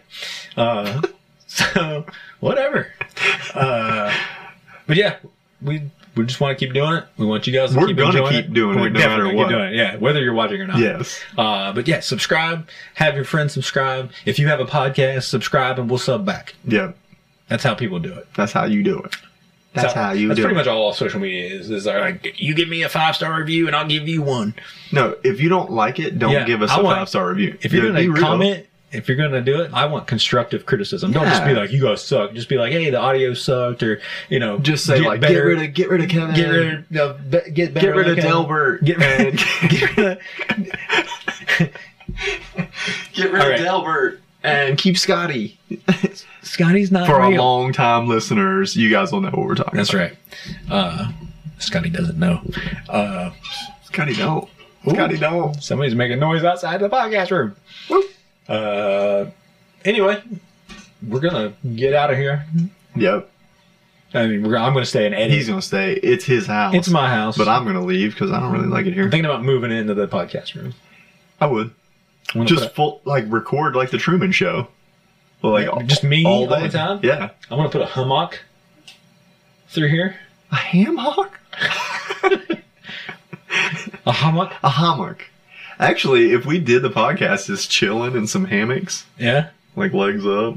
S5: Uh, so whatever. Uh, but yeah, we we just want to keep doing it. We want you guys to
S6: We're
S5: keep
S6: gonna
S5: enjoying
S6: keep
S5: it.
S6: doing
S5: We're
S6: it no
S5: definitely
S6: matter
S5: gonna keep
S6: what.
S5: doing it. Yeah, whether you're watching or not.
S6: Yes.
S5: Uh, but yeah, subscribe. Have your friends subscribe. If you have a podcast, subscribe, and we'll sub back.
S6: Yeah,
S5: That's how people do it.
S6: that's how you do it. That's
S5: So,
S6: how you
S5: That's
S6: do it.
S5: pretty much all social media is. Is like you give me a five star review and I'll give you one.
S6: no, if you don't like it, don't
S5: Yeah,
S6: give us
S5: I
S6: a
S5: want-
S6: five star review.
S5: If you're
S6: Yeah, be
S5: gonna
S6: real.
S5: comment, if you're gonna do it, I want constructive criticism. Don't just be
S6: Yeah.
S5: like you guys suck. Just be like, hey, the audio sucked, or you know,
S6: just say like, get rid of, get rid of Kevin,
S5: get rid of no, be- get better
S6: Get rid of
S5: looking.
S6: Delbert,
S5: Get rid.
S6: <laughs> and-
S5: <laughs> get rid of-
S6: get rid
S5: All right.
S6: of Delbert, and keep Scotty.
S5: Scotty's not
S6: For our
S5: real.
S6: long time listeners, you guys will know what we're talking
S5: That's
S6: about.
S5: right. Uh, Scotty doesn't know. Uh,
S6: Scotty don't. Scotty don't.
S5: somebody's making noise outside the podcast room. Uh, anyway, we're gonna get out of here.
S6: Yep.
S5: I mean, we're, I'm going to stay in Eddie's.
S6: He's gonna stay. It's his house.
S5: It's my house.
S6: But I'm gonna leave because I don't really like it here.
S5: I'm thinking about moving into the podcast room.
S6: I would
S5: I'm gonna
S6: just
S5: put
S6: full like record like the Truman Show. Like
S5: a- just me all,
S6: day.
S5: the time.
S6: Yeah.
S5: I'm going to put a hummock through here.
S6: A hammock.
S5: A hummock.
S6: <laughs> A hammock. Actually, if we did the podcast, just chilling in some hammocks,
S5: Yeah.
S6: like legs up.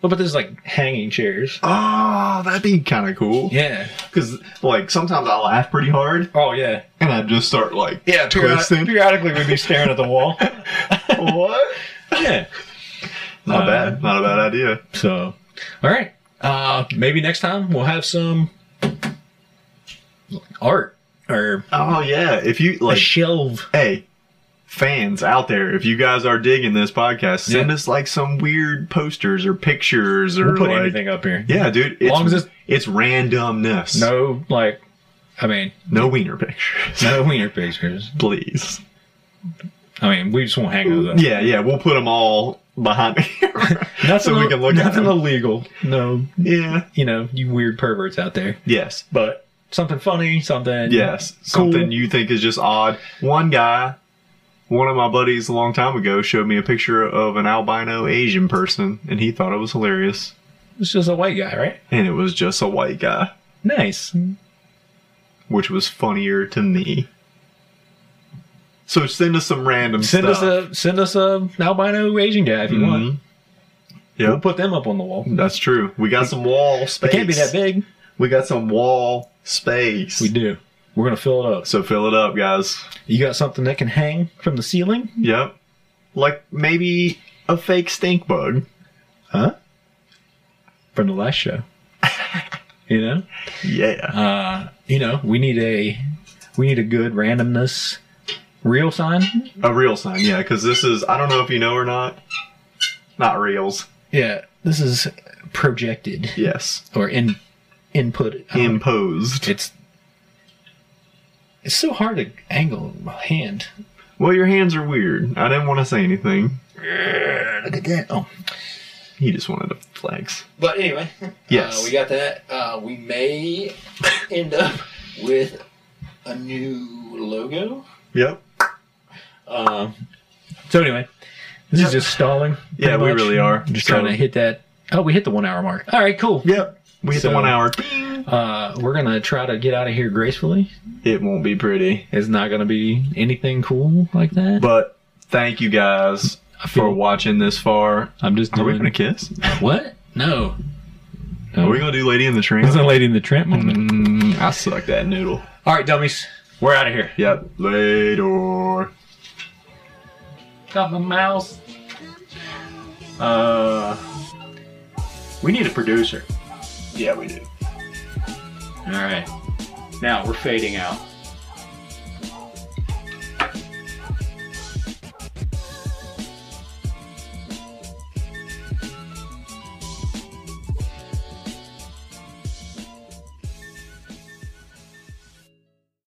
S5: What about there's like hanging chairs?
S6: Oh, that'd be kind of cool.
S5: Yeah.
S6: Because like sometimes I laugh pretty hard
S5: Oh yeah.
S6: and I just start like
S5: period-
S6: twisting.
S5: periodically we'd be staring at the wall.
S6: <laughs> what?
S5: <laughs> yeah.
S6: Not
S5: Uh,
S6: bad. Not a bad idea.
S5: So, all right. Uh, maybe next time we'll have some art or
S6: Oh yeah. If you
S5: a
S6: like,
S5: shelf.
S6: hey, fans out there, if you guys are digging this podcast, send
S5: Yeah.
S6: us like some weird posters or pictures or
S5: We'll put
S6: like,
S5: anything up here.
S6: Yeah, dude. It's,
S5: long as it's-
S6: it's randomness.
S5: No like I mean,
S6: No wiener pictures.
S5: no <laughs> wiener pictures.
S6: <laughs> Please.
S5: I mean, we just won't hang those up.
S6: Yeah, yeah, we'll put them all behind <laughs> the camera
S5: Nothing
S6: so we can look at
S5: nothing
S6: them.
S5: illegal. No,
S6: Yeah.
S5: you know, you weird perverts out there.
S6: Yes.
S5: But something funny, something
S6: Yes,
S5: cool.
S6: something you think is just odd. One guy, one of my buddies a long time ago, showed me a picture of an albino Asian person, and he thought it was hilarious.
S5: It's just a white guy, right?
S6: And it was just a white guy,
S5: Nice.
S6: which was funnier to me. So send us some random
S5: Send
S6: stuff.
S5: us a send us a albino Asian guy if you want.
S6: Yep.
S5: We'll put them up on the wall.
S6: That's true. We got some wall space.
S5: It can't be that big.
S6: We got some wall space.
S5: We do. We're gonna fill it up.
S6: So fill it up, guys.
S5: You got something that can hang from the ceiling?
S6: Yep. Like maybe a fake stink bug.
S5: Huh? From the last show. you know?
S6: Yeah.
S5: Uh, you know, we need a we need a good randomness real sign.
S6: A real sign, yeah, because this is, I don't know if you know or not. Not reels.
S5: Yeah. This is projected
S6: Yes.
S5: or in input. Um, I don't-
S6: Imposed.
S5: It's it's so hard to angle my hand.
S6: Well, your hands are weird. I didn't want to say anything.
S5: Look at that. Oh.
S6: He just wanted to flex.
S5: But anyway,
S6: Yes.
S5: uh, we got that. Uh, we may end up with a new logo.
S6: Yep.
S5: Um, so anyway, this is just stalling.
S6: Yeah,
S5: pretty
S6: we
S5: much.
S6: really are.
S5: Just trying to
S6: So-
S5: hit that. Oh, we hit the one hour mark. All right, cool.
S6: Yep. We hit
S5: So-
S6: the one hour.
S5: Uh, we're gonna try to get out of here gracefully.
S6: It won't be pretty.
S5: It's not gonna be anything cool like that.
S6: But thank you guys for
S5: feel-
S6: watching this far.
S5: I'm just
S6: Are we
S5: doing
S6: going to kiss?
S5: what? No.
S6: Are we going to do Lady in the Train?
S5: It's a lady in the tramp moment.
S6: Mm, I suck that noodle.
S5: All right, dummies, we're out of here.
S6: Yep. Later.
S5: Got my mouse. Uh, we need a producer.
S6: Yeah, we do.
S5: All right. Now we're fading out.